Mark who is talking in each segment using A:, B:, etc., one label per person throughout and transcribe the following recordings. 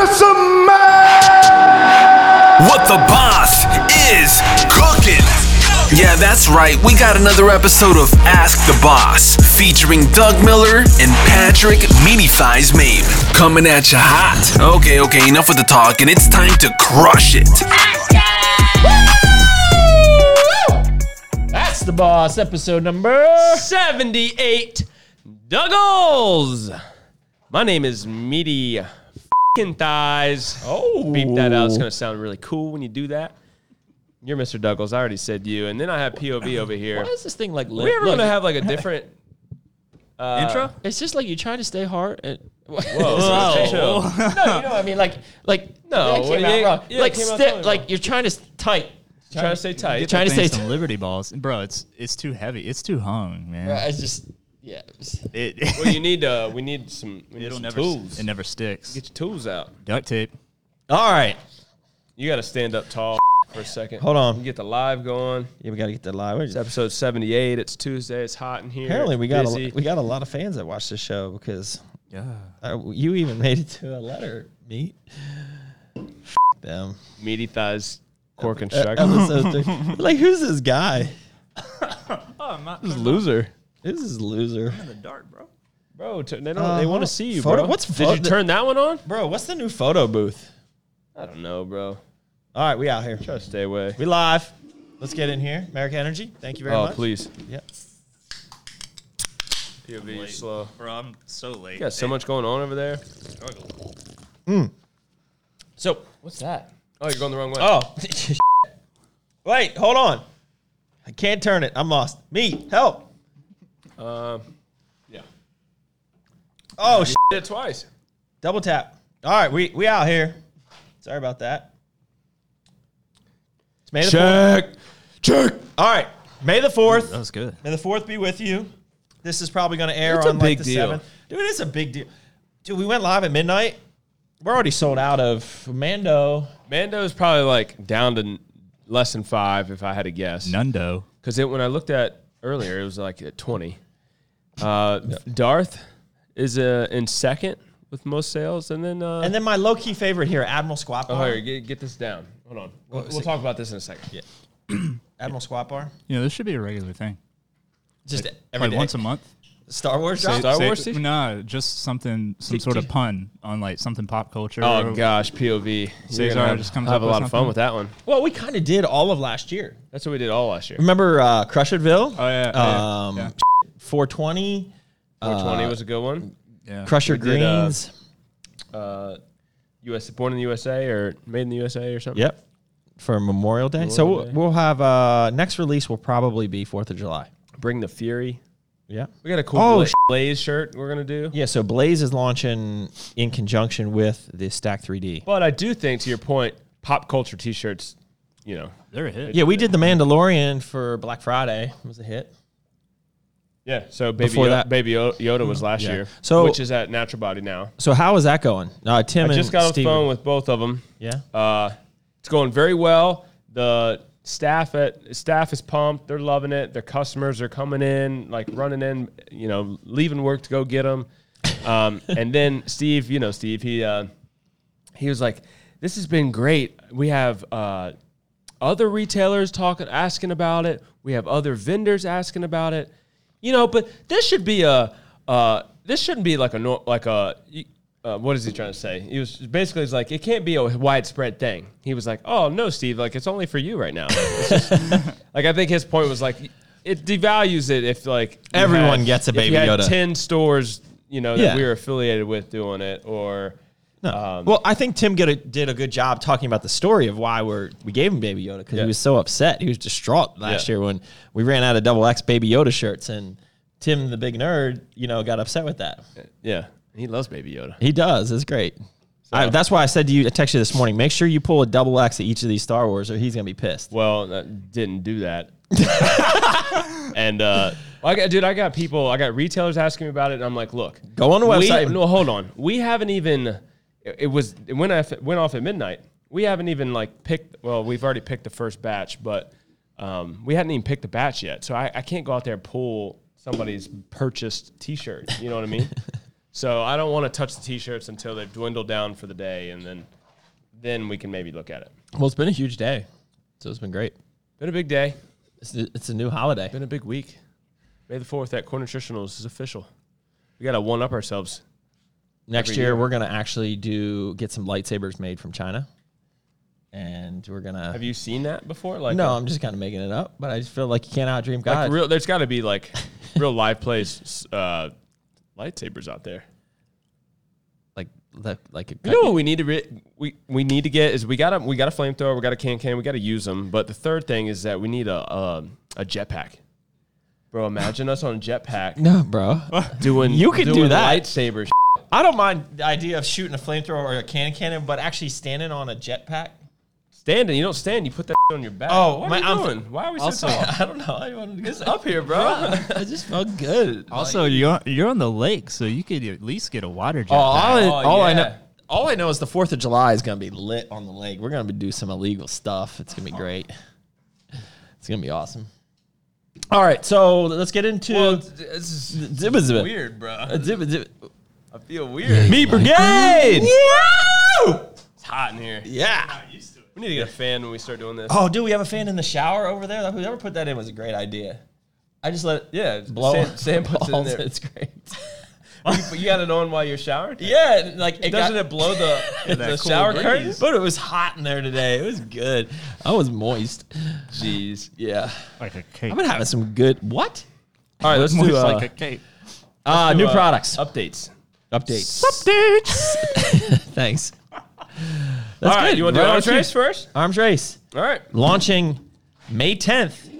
A: It's a man.
B: What the boss is cooking. Yeah, that's right. We got another episode of Ask the Boss featuring Doug Miller and Patrick Meatyfies Mabe coming at you hot. Okay, okay, enough with the talk, and it's time to crush it.
C: That's the boss, episode number
D: 78 Duggles. My name is Meaty Fing Thighs.
C: Oh.
D: Beep that out. It's going to sound really cool when you do that. You're Mr. Duggles. I already said you. And then I have POV over here.
C: Why is this thing like
D: Are
C: lit?
D: we ever
C: Look,
D: going to have like a different uh, intro?
C: It's just like you're trying to stay hard. And, Whoa!
D: Whoa.
C: no, you know what I mean. Like, like
D: No,
C: that
D: what
C: came
D: do
C: out
D: you-
C: wrong.
D: yeah, it
C: like,
D: came out
C: stick.
D: totally
C: like
D: wrong.
C: you're trying to s- tight.
D: Trying to stay tight.
C: Trying to
E: Thing,
C: stay
E: some
C: t-
E: Liberty balls, bro. It's it's too heavy. It's too hung, man.
C: I just, yeah. it was-
E: It,
D: Well, you need uh, we need some, we need
E: it'll
D: some
E: never
D: tools.
E: it never sticks.
D: Get your tools out.
E: Duct tape.
D: All right. You got to stand up tall for a second. Hold on. Get the live going.
F: Yeah, we got to get that live. We're
D: It's
F: just-
D: episode 78. It's Tuesday. It's hot in here.
F: apparently, we got
D: Busy.
F: a, we got a lot of fans that watch this show because
E: Yeah.
F: uh, you even made it to a letter meet. F- them.
D: meaty thighs core
F: Uh,
D: construction.
F: episode three. Like, who's this guy?
D: loser.
F: This is loser,
D: Bro, t- they don't they want
F: Uh-huh.
D: to see you,
F: Photo-
D: bro.
F: what's
D: Did
F: photo-
D: you turn that one on?
F: bro. What's the new photo booth?
D: I don't know, bro.
F: All right, we out here.
D: Try to stay away.
F: We live. Let's get in here. America Energy. Thank you very
D: Oh,
F: much.
D: please.
F: Yep.
D: POV is slow.
E: Bro, I'm so late.
D: You got so much going on over there.
F: So,
C: What's that?
D: Oh, you're going the wrong way.
F: oh, wait, hold on. I can't turn it. I'm lost. Me, help.
D: Uh, yeah.
F: Oh, sh-
D: Did it twice.
F: double tap. All right, we we out here. Sorry about that. It's May the
D: Check. Check.
F: All right, May the
E: That
F: fourth.
E: was good.
F: May the fourth be with you. This is probably going to air
D: It's a
F: on like
D: big
F: the
D: deal.
F: seventh. Dude, it is a big deal. Dude, we went live at midnight. We're already sold out of Mando.
D: Mando's probably like down to n- less than five if I had to guess.
E: Nundo.
D: Because when I looked at earlier, it was like at 20. Uh, Darth is uh, in second with most sales. And then. Uh,
F: And then my low key favorite here, Admiral Squat
D: oh,
F: Bar.
D: here, get, get this down. Hold on. We'll, we'll talk about this in a second. Yeah.
F: Admiral Squat Bar.
E: You know, this should be a regular thing.
F: Just every day.
E: like once a month.
F: Star Wars. drop?
D: Star Wars season?
E: Nah, just something, some sort of pun on like something pop culture.
D: Oh
E: or-
D: gosh, POV. You're
E: Cesar
D: gonna have,
E: just comes
D: have
E: up
D: a
E: with
D: lot of fun
E: something.
D: with that one.
F: Well, we kind of did all of last year.
D: That's what we did all last year.
F: Remember uh, Crusherville?
E: Oh yeah.
F: Um,
E: yeah.
F: 420,
D: 420 was a good one.
E: yeah.
F: Crusher
D: did, uh,
F: Greens.
D: Uh, U.S. Born in the USA or Made in the USA or something.
F: Yep. For Memorial Day. so we'll,
D: Day.
F: we'll have uh next release will probably be 4th of July.
D: Bring the Fury.
F: Yeah.
D: We got a cool
F: Oh,
D: Bla-
F: sh-
D: Blaze shirt we're gonna do.
F: Yeah, so Blaze is launching in conjunction with the Stack 3D.
D: But I do think, to your point, pop culture T-shirts. You know.
E: They're a hit.
F: Yeah, we did The Mandalorian for Black Friday. It was a hit.
D: Yeah. So baby
F: Before
D: Yoda,
F: that-
D: baby Yo- Yoda was last
F: Yeah.
D: year.
F: So-
D: which is at Natural Body now.
F: So how is that going? Uh Tim
D: I
F: and
D: just got on the
F: Steve-
D: phone with both of them.
F: Yeah.
D: Uh, it's going very well. The staff at staff is pumped. They're loving it. Their customers are coming in, like running in, you know, leaving work to go get them. Um, and then Steve, you know, Steve, he uh, he was like, "This has been great. We have uh, other retailers talking, asking about it. We have other vendors asking about it. You know, but this should be a uh, this shouldn't be like a nor- like a uh, what is he trying to say? He was basically he's like it can't be a widespread thing. He was like, oh no, Steve, like it's only for you right now. It's just- like I think his point was like it devalues it if like you
F: Everyone gets a
D: if you
F: Baby
D: had
F: Yoda.
D: Ten stores, you know, that
F: Yeah.
D: we were affiliated with doing it or.
F: No. well, I think Tim get a, did a good job talking about the story of why we're we gave him Baby Yoda because
D: Yeah.
F: he was so upset. He was distraught last
D: Yeah.
F: year when we ran out of double X Baby Yoda shirts, and Tim, the big nerd, you know, got upset with that.
D: Yeah, he loves Baby Yoda.
F: He does. It's great. I, that's why I said to you, I texted you this morning. Make sure you pull a double X at each of these Star Wars, or he's gonna be pissed.
D: Well, that didn't do that. and uh, I got, dude, I got people, I got retailers asking me about it, and I'm like, look,
F: Go on the
D: we-
F: website.
D: no, hold on. We haven't even. It it was it went off, it went off at midnight. We haven't even like picked. Well, we've already picked the first batch, but um, we hadn't even picked the batch yet. So I, I can't go out there and pull somebody's purchased T-shirt. You know what I mean? So I don't want to touch the t-shirts until they've dwindled down for the day, and then then we can maybe look at it.
F: Well, it's been a huge day, so it's been great.
D: Been a big day.
F: It's, it's a new holiday.
D: Been a big week. May the fourth at Core Nutritionals is official. We gotta one up ourselves.
F: Next
D: every
F: year,
D: year.
F: we're gonna actually do get some lightsabers made from China, and we're gonna.
D: Have you seen that before? Like
F: no, I'm just kind of making it up, but I just feel like you can't outdream
D: like
F: God.
D: real. There's got to be like real live plays uh, lightsabers out there.
F: like like like a
D: You know what we need to re- we we need to get is we got a we got a flamethrower, we got a can can, we got to use them. But the third thing is that we need a um, a jetpack. Bro, imagine us on a jetpack
F: no, bro.
D: doing
F: You could do
D: doing
F: that.
D: lightsaber. shit.
F: I don't mind the idea of shooting a flamethrower or a can cannon, but actually standing on a jetpack.
D: Standing, you don't stand. You put that shit on your back.
F: Oh,
D: what are
F: my-
D: you
F: I'm-
D: doing? Why are we
F: Also,
D: so tall?
F: I don't know. I wanted to get
D: Up here, bro.
F: I just felt good.
E: Also, you're you're on the lake, so you could at least get a water jet.
F: Oh, all, I,
D: Oh,
F: all I know,
D: yeah.
F: all I know is the Fourth of July is gonna be lit on the lake. We're gonna be do some illegal stuff. It's gonna be great. It's gonna be awesome. All right, so let's get into
D: this is
F: zip a zip.
D: weird, bro.
F: A zip a zip.
D: I feel weird.
F: Meat Brigade. Yeah.
D: It's hot in here.
F: yeah.
D: We need to get a fan when we start doing this.
F: Oh, dude, we have a fan in the shower over there. Like, Whoever put that in was a great idea. I just let it
D: Yeah,
F: blow.
D: Sam, Sam puts it in
F: balls.
D: there.
F: It's great.
D: you, you got it on while you're showered.
F: Yeah, and, like it
D: Doesn't
F: got-
D: it blow the the
E: cool
D: shower
E: breeze.
D: curtain?
F: But it was hot in there today. It was good. I was moist.
D: Jeez.
F: Yeah.
E: like a cape.
F: I've been having some good. What?
D: All right, let's
E: Moist
D: do uh,
E: like a cape.
F: Uh, new
D: uh,
F: products.
D: updates.
F: Updates.
E: Updates.
F: Thanks. That's
D: All right, you want to do
F: Right
D: arms
F: on
D: race
F: cue.
D: first?
F: Arms race.
D: All right,
F: Launching May 10th.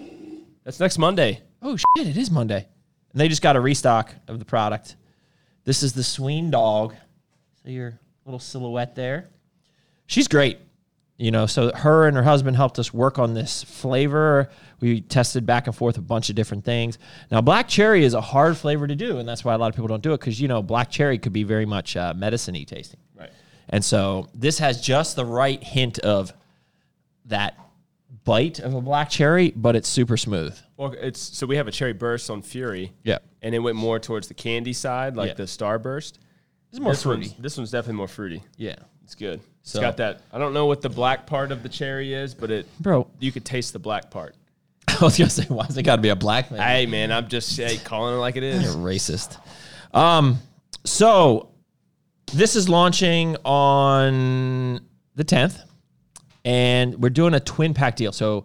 D: that's next Monday.
F: Oh, shit. It is Monday. And they just got a restock of the product. This is the Sween dog. So your little silhouette there. She's great. You know, so her and her husband helped us work on this flavor. We tested back and forth a bunch of different things. Now, black cherry is a hard flavor to do, and that's why a lot of people don't do it because, you know, black cherry could be very much uh, medicine y tasting.
D: Right.
F: And so this has just the right hint of that bite of a black cherry, but it's super smooth.
D: Well, it's so we have a cherry burst on Fury.
F: Yeah.
D: and it went more towards the candy side, like
F: Yeah.
D: the Starburst.
F: It's more
D: this
F: fruity.
D: One's, this one's definitely more fruity.
F: Yeah.
D: It's good.
F: So-
D: it's got that. I don't know what the black part of the cherry is, but it
F: Bro.
D: you could taste the black part.
F: I was gonna say, why's it gotta be a black man?
D: Hey man, I'm just hey, calling it like it
F: You're
D: is.
F: racist. Um, so this is launching on the 10th, and we're doing a twin pack deal. So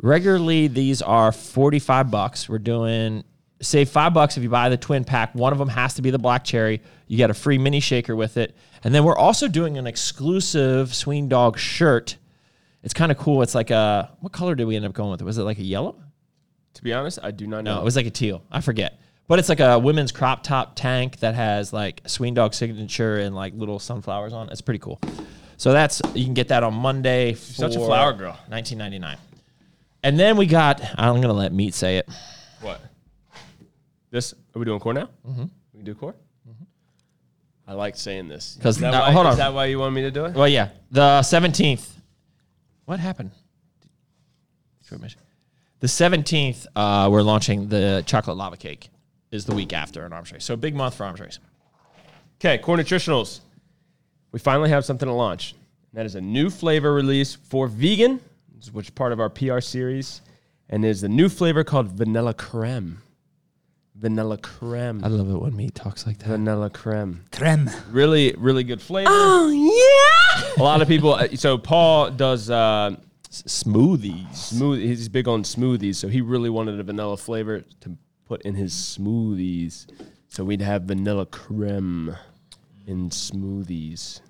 F: regularly these are 45 bucks. We're doing save five bucks if you buy the twin pack. One of them has to be the black cherry. You get a free mini shaker with it. And then we're also doing an exclusive Sween Dog shirt. It's kind of cool. It's like a what color did we end up going with? Was it like a yellow?
D: to be honest, I do not know.
F: No, it was like a teal. I forget. But it's like a women's crop top tank that has like Sween Dog signature and like little sunflowers on. it. It's pretty cool. So that's you can get that on Monday. For
D: such a flower girl.
F: Nineteen ninety nine. And then we got. I'm gonna let Meat say it.
D: What? This are we doing core now? Mm-hmm. We can do core. I like saying this
F: Mm-hmm. 'Cause
D: Is that
F: now-
D: why-
F: hold on.
D: Is that why you want me to do it?
F: Well, yeah, the seventeenth. What happened? The seventeenth, uh, we're launching the chocolate lava cake. Is the week after an arms race, so big month for arms race.
D: Okay, core nutritionals. We finally have something to launch. That is a new flavor release for vegan, which is part of our PR series, and there's a new flavor called vanilla creme. Vanilla creme.
F: love it when Meat talks like that.
D: vanilla creme.
E: Creme.
D: Really, really good flavor. a lot of people. uh, So Paul does. Uh,
F: Smoothies.
D: smooth. He's big on smoothies, so he really wanted a vanilla flavor to put in his smoothies. So we'd have vanilla creme in smoothies.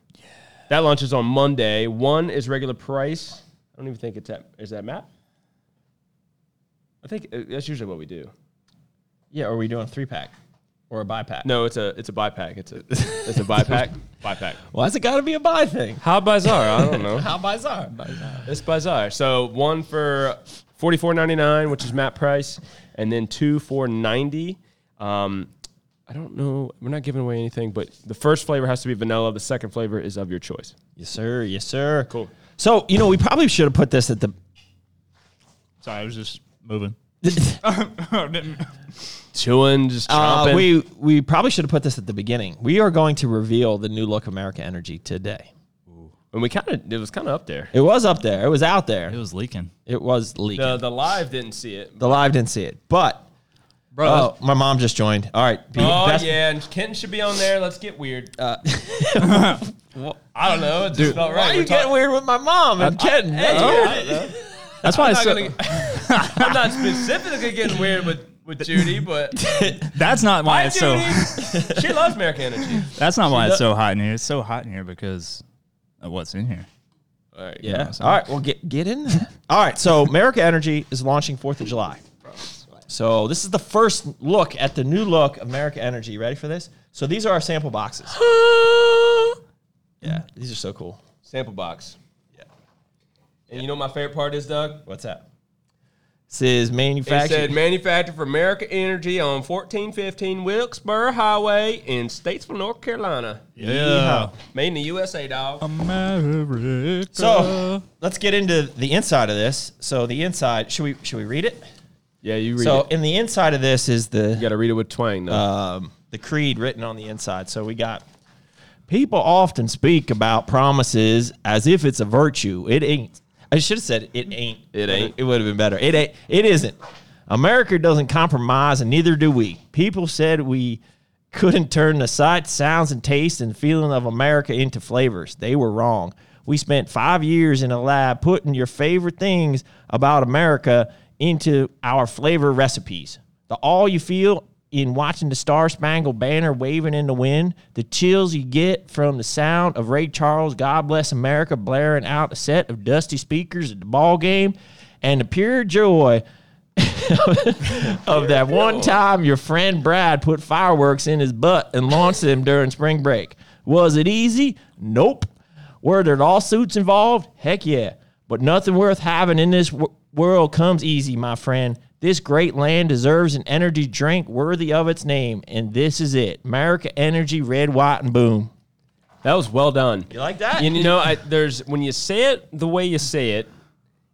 D: That launches on Monday. One is regular price. I don't even think it's at. Is that Matt? I think uh, that's usually what we do.
F: Yeah, or are we doing a three pack or a buy pack?
D: No, it's a it's a buy pack. It's a it's a buy pack. buy pack.
F: Why's it got to be a buy thing?
D: How bizarre! I don't know.
F: How bizarre.
D: It's bizarre. So one for forty four ninety nine, which is Matt Price, and then two for ninety. Um, I don't know. We're not giving away anything, but the first flavor has to be vanilla. The second flavor is of your choice.
F: Yes, sir. Yes, sir.
D: Cool.
F: So, you know, we probably should have put this at the.
E: Oh, Sorry, I was just moving.
D: chewing, just
F: Uh,
D: chomping.
F: we we probably should have put this at the beginning. We are going to reveal the new look America Energy today.
D: and we kind of, it was kind of up there.
F: It was up there. It was out there. It
E: It
F: was,
E: was leaking.
F: leaking.
D: The,
F: The,
D: the live didn't see it.
F: live didn't see it, but
E: Bro,
F: oh, my mom just joined. All right. Be-
D: Oh
F: best-
D: yeah, and Kenton should be on there. Let's get weird. I don't know. It just felt right.
F: Uh, Why are
D: We're
F: you getting
D: talk-
F: weird with my mom and Ken? That's
D: Hey,
F: weird. Oh.
D: I don't know.
E: that's why.
D: I'm not,
E: I said-
D: gonna, I'm not specifically getting weird with, with Judy, but
E: that's not
D: hi,
E: why it's so.
D: Judy. she loves American Energy.
E: That's not why it's so hot in here. It's so hot in here because of what's in here.
D: All right,
F: Yeah. All right. Well, get get in. there. All right. So America Energy is launching Fourth of July. So this is the first look at the new look America Energy. Ready for this? So these are our sample boxes. yeah, these are so cool.
D: sample box. Yeah. And you know what my favorite part is, Doug?
F: What's that? This is
D: It
F: manufactured.
D: said manufactured for America Energy on 1415 Wilkesboro Highway in Statesville, North Carolina.
E: Yeah.
D: Made in the USA, dog.
E: America. uh,
F: so let's get into the inside of this. So the inside. Should we should we read it?
D: Yeah, you read
F: so in the inside of this is the
D: got to read it with twang, though.
F: um, the creed written on the inside. So we got people often speak about promises as if it's a virtue. It ain't. I should have said it ain't.
D: It ain't.
F: It would have been better. It ain't. It isn't. America doesn't compromise, and neither do we. People said we couldn't turn the sights, sounds, and tastes and feeling of America into flavors. They were wrong. We spent five years in a lab putting your favorite things about America into our flavor recipes. The all you feel in watching the Star Spangled Banner waving in the wind, the chills you get from the sound of Ray Charles, God Bless America, blaring out a set of dusty speakers at the ball game, and the pure joy of that one time your friend Brad put fireworks in his butt and launched them during spring break. Was it easy? Nope. Were there lawsuits involved? Heck yeah. But nothing worth having in this w- world comes easy, my friend. This great land deserves an energy drink worthy of its name, and this is it. America Energy Red, White, and Boom.
D: that was well done.
F: You like that?
D: And you know, I, there's when you say it the way you say it,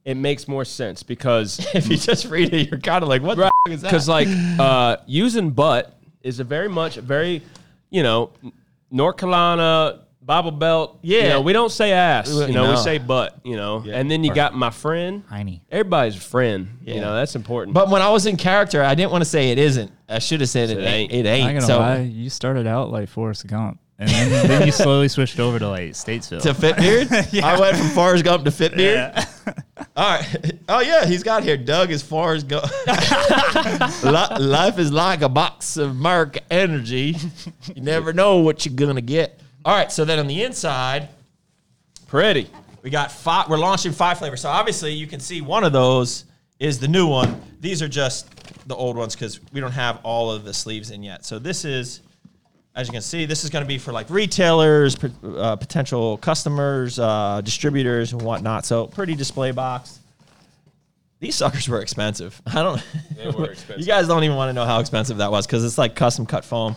D: it makes more sense because
F: if you just read it, you're kind of like, what the f- is that?
D: because like uh, using "but" is a very much a very, you know, North Carolina Bible Belt. you
F: Yeah.
D: know, we don't say ass. You know, we
F: No.
D: say "but." You know, and then you got my friend.
E: Heine.
D: Everybody's a friend. You
F: Yeah.
D: know, that's important.
F: But when I was in character, I didn't want to say it isn't. I should have said it, ain't. It
E: I'm not
F: ain't.
E: gonna
F: So
E: lie, you started out like Forrest Gump, and then, then you slowly switched over to like Statesville.
F: to Fitbeard, I went from Forrest Gump to Fitbeard. All right. Oh yeah, he's got here. Doug is Forrest Gump. Li- Life is like a box of Merc Energy. You never know what you're gonna get. All right. So then on the inside,
D: Pretty.
F: we got five. We're launching five flavors. So obviously, you can see one of those is the new one. These are just the old ones because we don't have all of the sleeves in yet. So this is, as you can see, this is going to be for like retailers, pot- uh, potential customers, uh, distributors, and whatnot. So pretty display box. These suckers were expensive. I don't. They
D: were expensive.
F: you guys don't even want to know how expensive that was because it's like custom cut foam.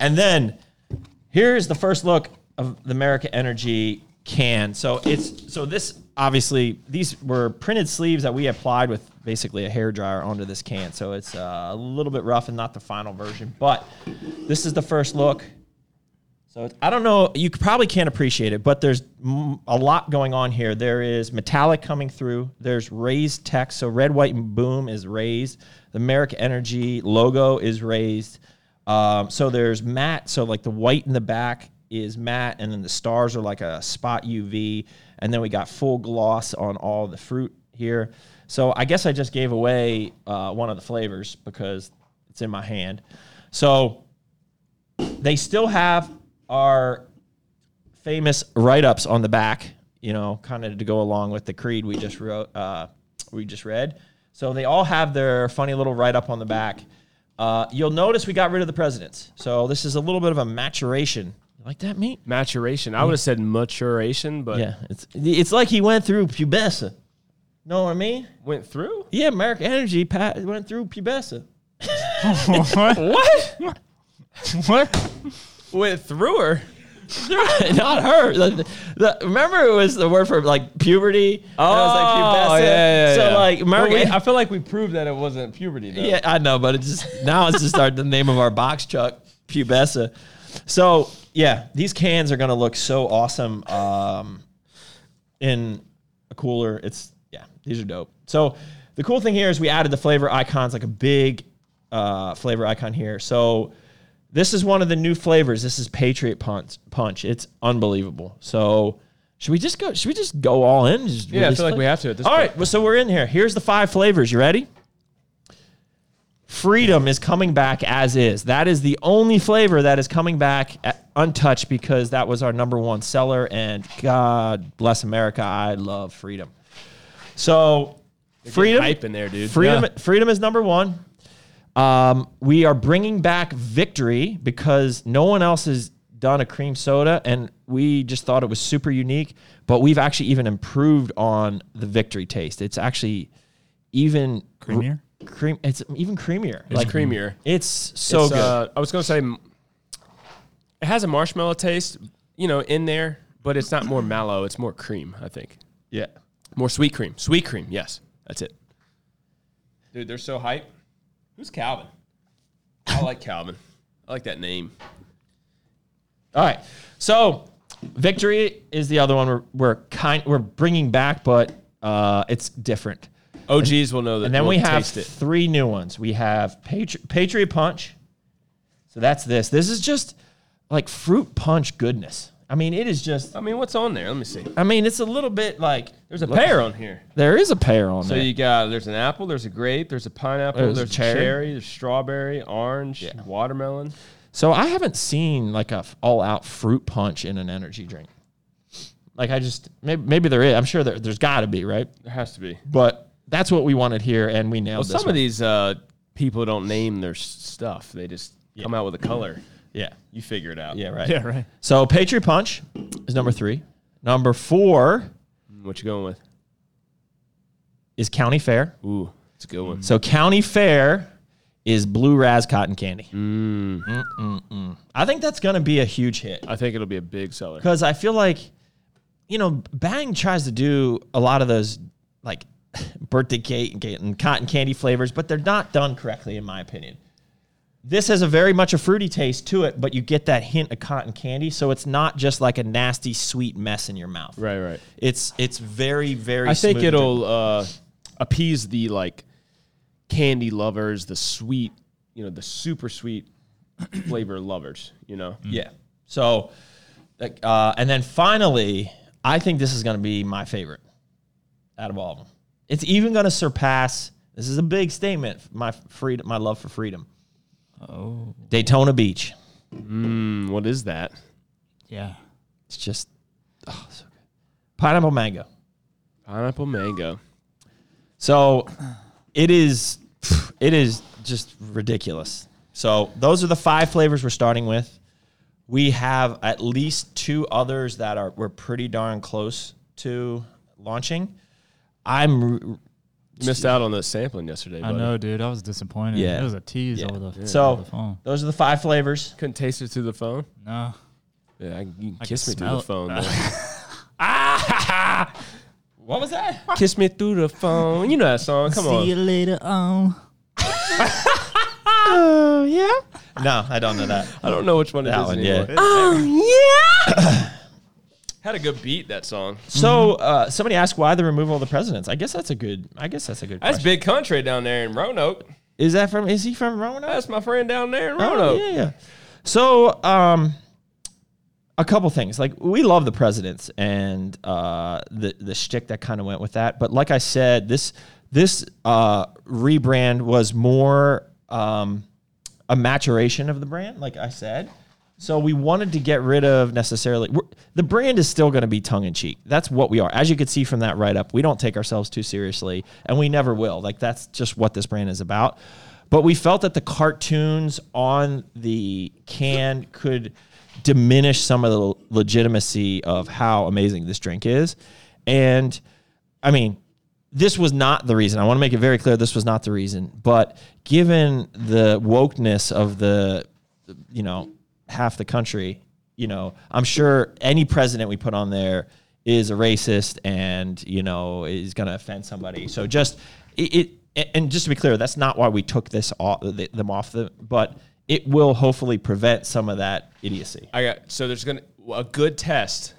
F: And then here's the first look of the America Energy can. So it's so this obviously these were printed sleeves that we applied with basically a hair dryer onto this can. So it's uh, a little bit rough and not the final version, but this is the first look. So it's, I don't know. You c- probably can't appreciate it, but there's m- a lot going on here. There is metallic coming through. There's raised text. So red, white, and boom is raised. The America Energy logo is raised. Um, so there's matte. So like the white in the back is matte, and then the stars are like a spot UV. And then we got full gloss on all the fruit here. So I guess I just gave away uh, one of the flavors because it's in my hand. So they still have our famous write-ups on the back you know kind of to go along with the creed we just wrote uh, we just read so they all have their funny little write-up on the back uh, you'll notice we got rid of the presidents so this is a little bit of a maturation You like that meat
D: Maturation. I would have said maturation, but
F: yeah it's it's like he went through pubescent know what i mean
D: went through.
F: yeah american energy pat went through pubescent
E: what?
D: Went through her.
F: Not her. The- the- remember, it was the word for like puberty. and it was,
D: Oh,
F: like, pubescent. So like, remember,
D: Well, we-
F: we-
D: I feel like we proved that it wasn't puberty. Though.
F: Yeah, I know, but it's just now it's just our, the name of our box truck, Pubesa. So yeah, these cans are gonna look so awesome um, in a cooler. It's yeah, these are dope. So the cool thing here is we added the flavor icons, like a big uh, flavor icon here. So this is one of the new flavors. This is Patriot Punch. Punch. It's unbelievable. So. Should we just go? Should we just go all in? Just
D: Yeah, I
F: release
D: feel like
F: flavor?
D: we have to at this
F: All
D: point.
F: right, well, so we're in here. Here's the five flavors. You ready? freedom is coming back as is. That is the only flavor that is coming back at- untouched because that was our number one seller. And God bless America, I love freedom. So, freedom,
D: hype in there, dude.
F: Freedom,
D: Yeah.
F: freedom is number one. Um, we are bringing back victory because no one else has done a cream soda, and we just thought it was super unique. But we've actually even improved on the victory taste. It's actually even
E: Creamier?
F: cream. It's even creamier.
D: It's creamier.
F: It's so
D: It's,
F: good.
D: uh, I was gonna say, m- it has a marshmallow taste, you know, in there, but it's not more mallow. It's more cream. I think
F: yeah.
D: more sweet cream. Sweet cream. Yes, that's it. Dude, they're so hype. Who's Calvin? I like Calvin. I like that name.
F: All right. So, victory is the other one we're, we're kind we're bringing back, but uh, it's different.
D: OGs will know that.
F: And then
D: will
F: we have
D: taste it.
F: three new ones. We have Patri- Patriot Punch. So that's this. This is just like fruit punch goodness. I mean, it is just.
D: I mean, what's on there? Let me see.
F: I mean, it's a little bit like
D: There's a pear on here.
F: there is a pear on
D: So
F: there.
D: you got there's an apple, there's a grape, there's a pineapple,
F: There's
D: there's,
F: a
D: a
F: cherry.
D: cherry. there's strawberry, orange, watermelon.
F: so I haven't seen like a f- all out fruit punch in an energy drink. Like I just maybe maybe there is. I'm sure there, there's got to be right.
D: There has to be.
F: But that's what we wanted here, and we nailed
D: Well,
F: this.
D: some
F: one.
D: of these uh, people don't name their s- stuff; they just come out with a color.
F: yeah,
D: You figure it out.
F: yeah, right.
E: Yeah, right.
F: So Patriot Punch is number three. Number four
D: What you going with?
F: is County Fair.
D: Ooh, it's a good one.
F: So County Fair is Blue Raz Cotton Candy. Mm. Mm-mm-mm. I think that's going to be a huge hit
D: I think it'll be a big seller.
F: because I feel like, you know, Bang tries to do a lot of those like birthday cake and, cake and cotton candy flavors, but they're not done correctly, in my opinion. This has a very much a fruity taste to it, but you get that hint of cotton candy, so it's not just like a nasty sweet mess in your mouth.
D: Right, right.
F: It's it's very very.
D: I think
F: smooth and
D: it'll uh, appease the like candy lovers, the sweet, you know, the super sweet flavor lovers. You know,
F: Yeah. So, like, uh, and then finally, I think this is going to be my favorite out of all of them. It's even going to surpass. This is a big statement. My freedom, my love for freedom. Oh. Daytona Beach.
D: Mm, what is that?
E: Yeah.
F: It's just oh, so good. pineapple mango.
D: Pineapple mango.
F: So, it is. It is just ridiculous. So those are the five flavors we're starting with. We have at least two others that are we're pretty darn close to launching. I'm r-
D: You missed out on the sampling yesterday.
E: I
D: buddy.
E: know, dude. I was disappointed.
F: Yeah.
E: It was a tease
F: Yeah.
E: over the over the
F: so
E: phone.
F: those are the five flavors.
D: Couldn't taste it through the phone.
E: No.
D: Yeah, I, you can Ah! kiss
E: can
D: me through
E: smell
D: the
E: it.
D: phone. though.
F: What was that?
D: Kiss me through the phone. You know that song. Come
E: See you
D: on.
E: later um. on.
F: No, I don't know that.
D: I don't know which one it is
F: That one,
D: anymore.
F: yeah.
D: Had a good beat that song.
F: So uh, somebody asked why the removal of the presidents. I guess that's a good. I guess that's a good.
D: That's
F: question.
D: big country down there in Roanoke.
F: Is that from? Is he from Roanoke?
D: That's my friend down there in
F: Oh,
D: Roanoke.
F: yeah, yeah. So, um, a couple things. Like we love the presidents and uh, the the shtick that kind of went with that. But like I said, this this uh, rebrand was more um, a maturation of the brand. Like I said. So we wanted to get rid of necessarily we're, the brand is still going to be tongue in cheek. That's what we are. As you could see from that write up, we don't take ourselves too seriously, and we never will. Like that's just what this brand is about. But we felt that the cartoons on the can could diminish some of the legitimacy of how amazing this drink is, and I mean, this was not the reason. I want to make it very clear this was not the reason. But given the wokeness of the, you know, half the country, you know, I'm sure any president we put on there is a racist and you know is going to offend somebody. So just it, it and just to be clear, that's not why we took this off th- them off the, but it will hopefully prevent some of that idiocy.
D: I got so there's gonna a good test.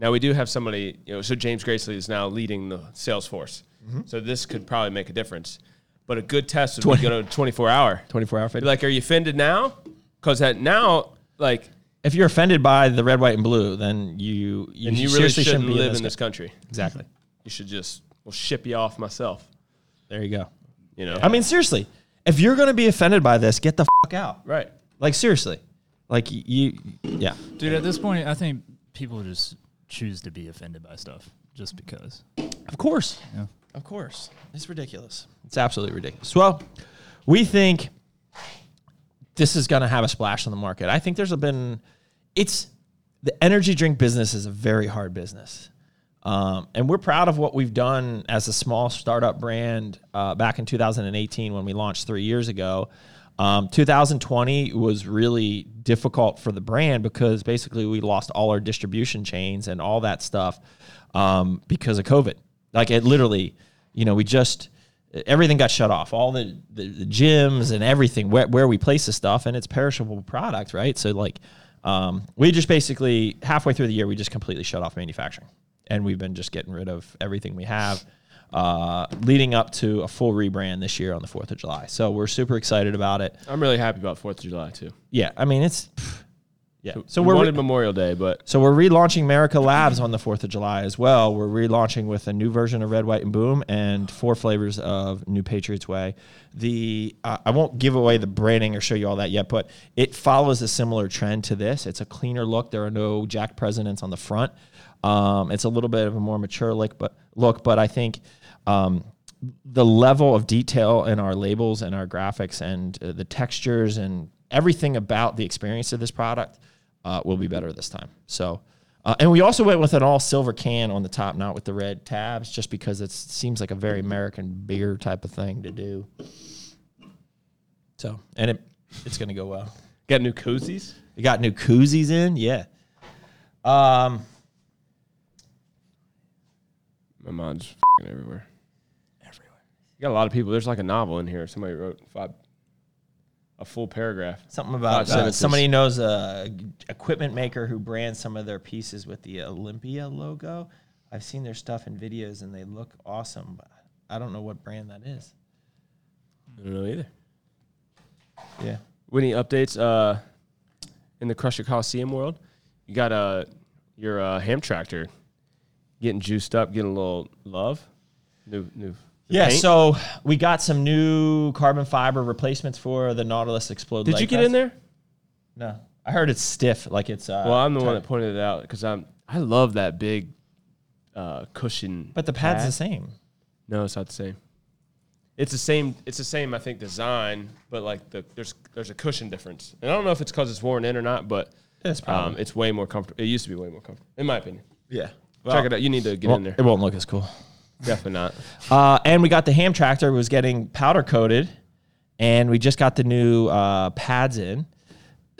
D: Now we do have somebody, you know, so James Gracely is now leading the sales force. So this could probably make a difference. But a good test would be go to 24 hour.
F: 24 hour
D: Be
F: fade.
D: like, are you offended now? Because that now, like,
F: If you're offended by the red, white, and blue, then you you,
D: and you really
F: seriously
D: shouldn't
F: be
D: live in this country.
F: Exactly.
D: You should just well ship you off myself.
F: There you go.
D: You know,
F: I mean, seriously, if you're going to be offended by this, get the fuck out.
D: right?
F: Like, seriously. Like, y- you, yeah.
E: Dude, at this point, I think people just choose to be offended by stuff just because.
F: Of course.
C: Of course. It's ridiculous.
F: It's absolutely ridiculous. Well, we think this is going to have a splash on the market. I think there's been, it's, the energy drink business is a very hard business. Um, and we're proud of what we've done as a small startup brand uh, back in 2018 when we launched three years ago. Um, 2020 was really difficult for the brand because basically we lost all our distribution chains and all that stuff um, because of COVID. Like it literally, you know, we just everything got shut off. All the, the, the gyms and everything where, where we place the stuff and it's perishable product, right? So like, um, we just basically halfway through the year we just completely shut off manufacturing and we've been just getting rid of everything we have, uh, leading up to a full rebrand this year on the Fourth of July. So we're super excited about it.
D: I'm really happy about Fourth of July too.
F: Yeah, I mean it's, pff, yeah. So
D: we
F: we're
D: wanted Memorial Day, but
F: so we're relaunching America Labs on the 4th of July as well. We're relaunching with a new version of Red, White, and Boom and four flavors of New Patriots Way. The uh, I won't give away the branding or show you all that yet, but it follows a similar trend to this. It's a cleaner look. There are no Jack Presidents on the front. Um, it's a little bit of a more mature look, but look. But I think um, the level of detail in our labels and our graphics and uh, the textures and everything about the experience of this product uh, will be better this time. So, uh, and we also went with an all silver can on the top, not with the red tabs, just because it seems like a very American beer type of thing to do. So, and it it's going to go well.
D: got new koozies.
F: We got new koozies in, yeah. Um,
D: My mind's fing everywhere. Everywhere. You got a lot of people. There's like a novel in here. Somebody wrote five, a full paragraph.
F: something about
D: Five
F: uh,
D: sentences.
F: somebody knows a equipment maker who brands some of their pieces with the Olympia logo. I've seen their stuff in videos and they look awesome, but I don't know what brand that is.
D: I don't know either.
F: Yeah.
D: Winnie updates uh, in the Crusher Coliseum world. You got uh, your uh, ham tractor getting juiced up, getting a little love. New, new. new
F: Yeah,
D: paint.
F: so we got some new carbon fiber replacements for the Nautilus Explode.
D: did
F: Leg
D: you get
F: Press.
D: in there?
F: No, I heard it's stiff, like it's. Uh,
D: Well, I'm the one that pointed it out because I'm. I love that big uh, cushion.
F: But the pad's the same.
D: No, it's not the same. It's the same. It's the same. I think design, but like the there's there's a cushion difference, and I don't know if it's because it's worn in or not, but
F: That's probably-
D: um, it's way more comfortable. It used to be way more comfortable, in my opinion.
F: Yeah.
D: Check it out. You need to get in there.
F: It won't look as cool.
D: Definitely not.
F: Uh, and we got the ham tractor was getting powder coated, and we just got the new uh, pads in.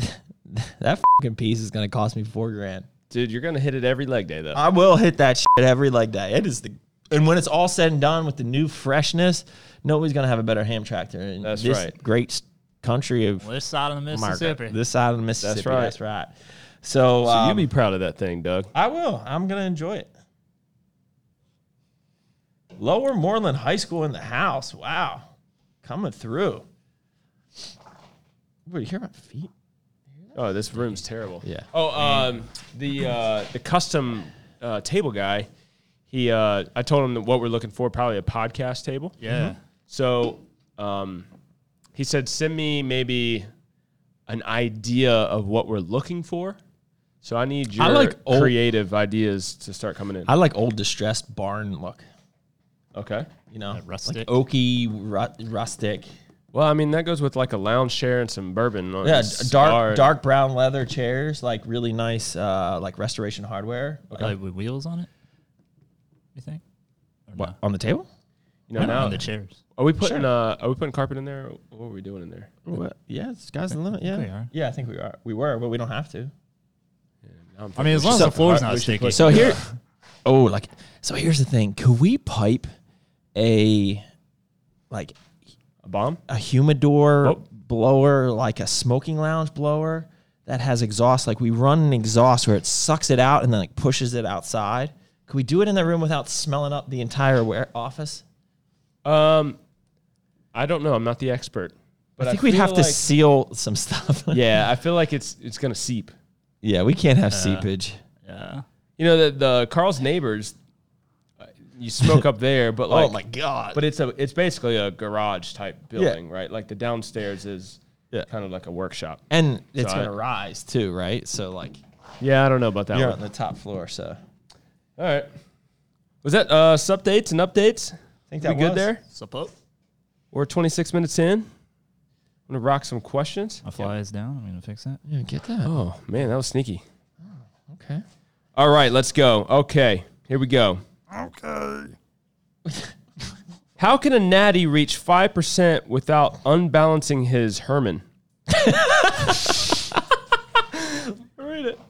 F: that fucking piece is gonna cost me four grand.
D: Dude, you're gonna hit it every leg day though.
F: I will hit that shit every leg day. It is the and when it's all said and done with the new freshness, nobody's gonna have a better ham tractor in
D: That's
F: this
D: right.
F: great s- country of
E: This side of the Mississippi.
F: This side of the Mississippi. That's right.
D: right.
F: So,
D: so
F: um,
D: you be proud of that thing, Doug.
F: I will. I'm gonna enjoy it. Lower Moreland High School in the house. Wow, coming through. What, you hear about feet?
D: Oh, this room's terrible.
F: Yeah.
D: Oh, um, the uh, the custom uh, table guy. He, uh, I told him that what we're looking for, probably a podcast table.
F: Mhm.
E: yeah.
D: So um, he said, send me maybe an idea of what we're looking for. So I need your
F: I like old-
D: creative ideas to start coming in.
F: I like old distressed barn look.
D: okay.
F: You know,
E: That rustic.
F: like oaky, ru- rustic.
D: Well, I mean that goes with like a lounge chair and some bourbon. on
F: Yeah,
D: this
F: dark,
D: bar.
F: dark brown leather chairs, like really nice, uh, like restoration hardware.
E: Like with wheels on it? You think? Or
F: What on the table?
D: You know,
E: no?
D: now
E: on the chairs.
D: Are we putting uh are we putting carpet in there? What were we doing in there?
F: What? Yeah, sky's the limit. Yeah,
E: we are.
F: yeah, I think we are. We were, but we don't have to.
E: I mean, as long as
F: So-
E: the floor's
D: Uh,
E: not
D: we should
E: sticky.
D: put-
F: So here, oh, like so. Here's the thing: could we pipe a like
D: A bomb?
F: a humidor
D: Oh.
F: blower, like a smoking lounge blower that has exhaust? Like we run an exhaust where it sucks it out and then like pushes it outside. Could we do it in the room without smelling up the entire ware office?
D: Um, I don't know. I'm not the expert, but
F: I think we'd
D: feel
F: have to
D: like-
F: seal some stuff.
D: yeah, I feel like it's it's gonna seep.
F: yeah, we can't have seepage.
E: Yeah.
D: You know, the the Carl's neighbors, uh, you smoke up there, but like,
F: oh my god!
D: but it's a it's basically a garage type building, right? Like the downstairs is
F: Yeah.
D: kind of like a workshop.
F: and it's
D: So I-
F: gonna rise too, right? So like
D: Yeah, I don't know about that
F: you're
D: one.
F: on the top floor, so
D: All right, was that uh updates and updates?
F: think
D: we good there?
E: Suppose.
D: We're 26 minutes in. I'm gonna rock some questions.
E: My fly is down. I'm going to fix that.
F: Yeah, get that.
D: Oh man, that was sneaky.
F: Okay.
D: All right, let's go. Okay, here we go. Okay. How can a natty reach 5% without unbalancing his Herman? read it.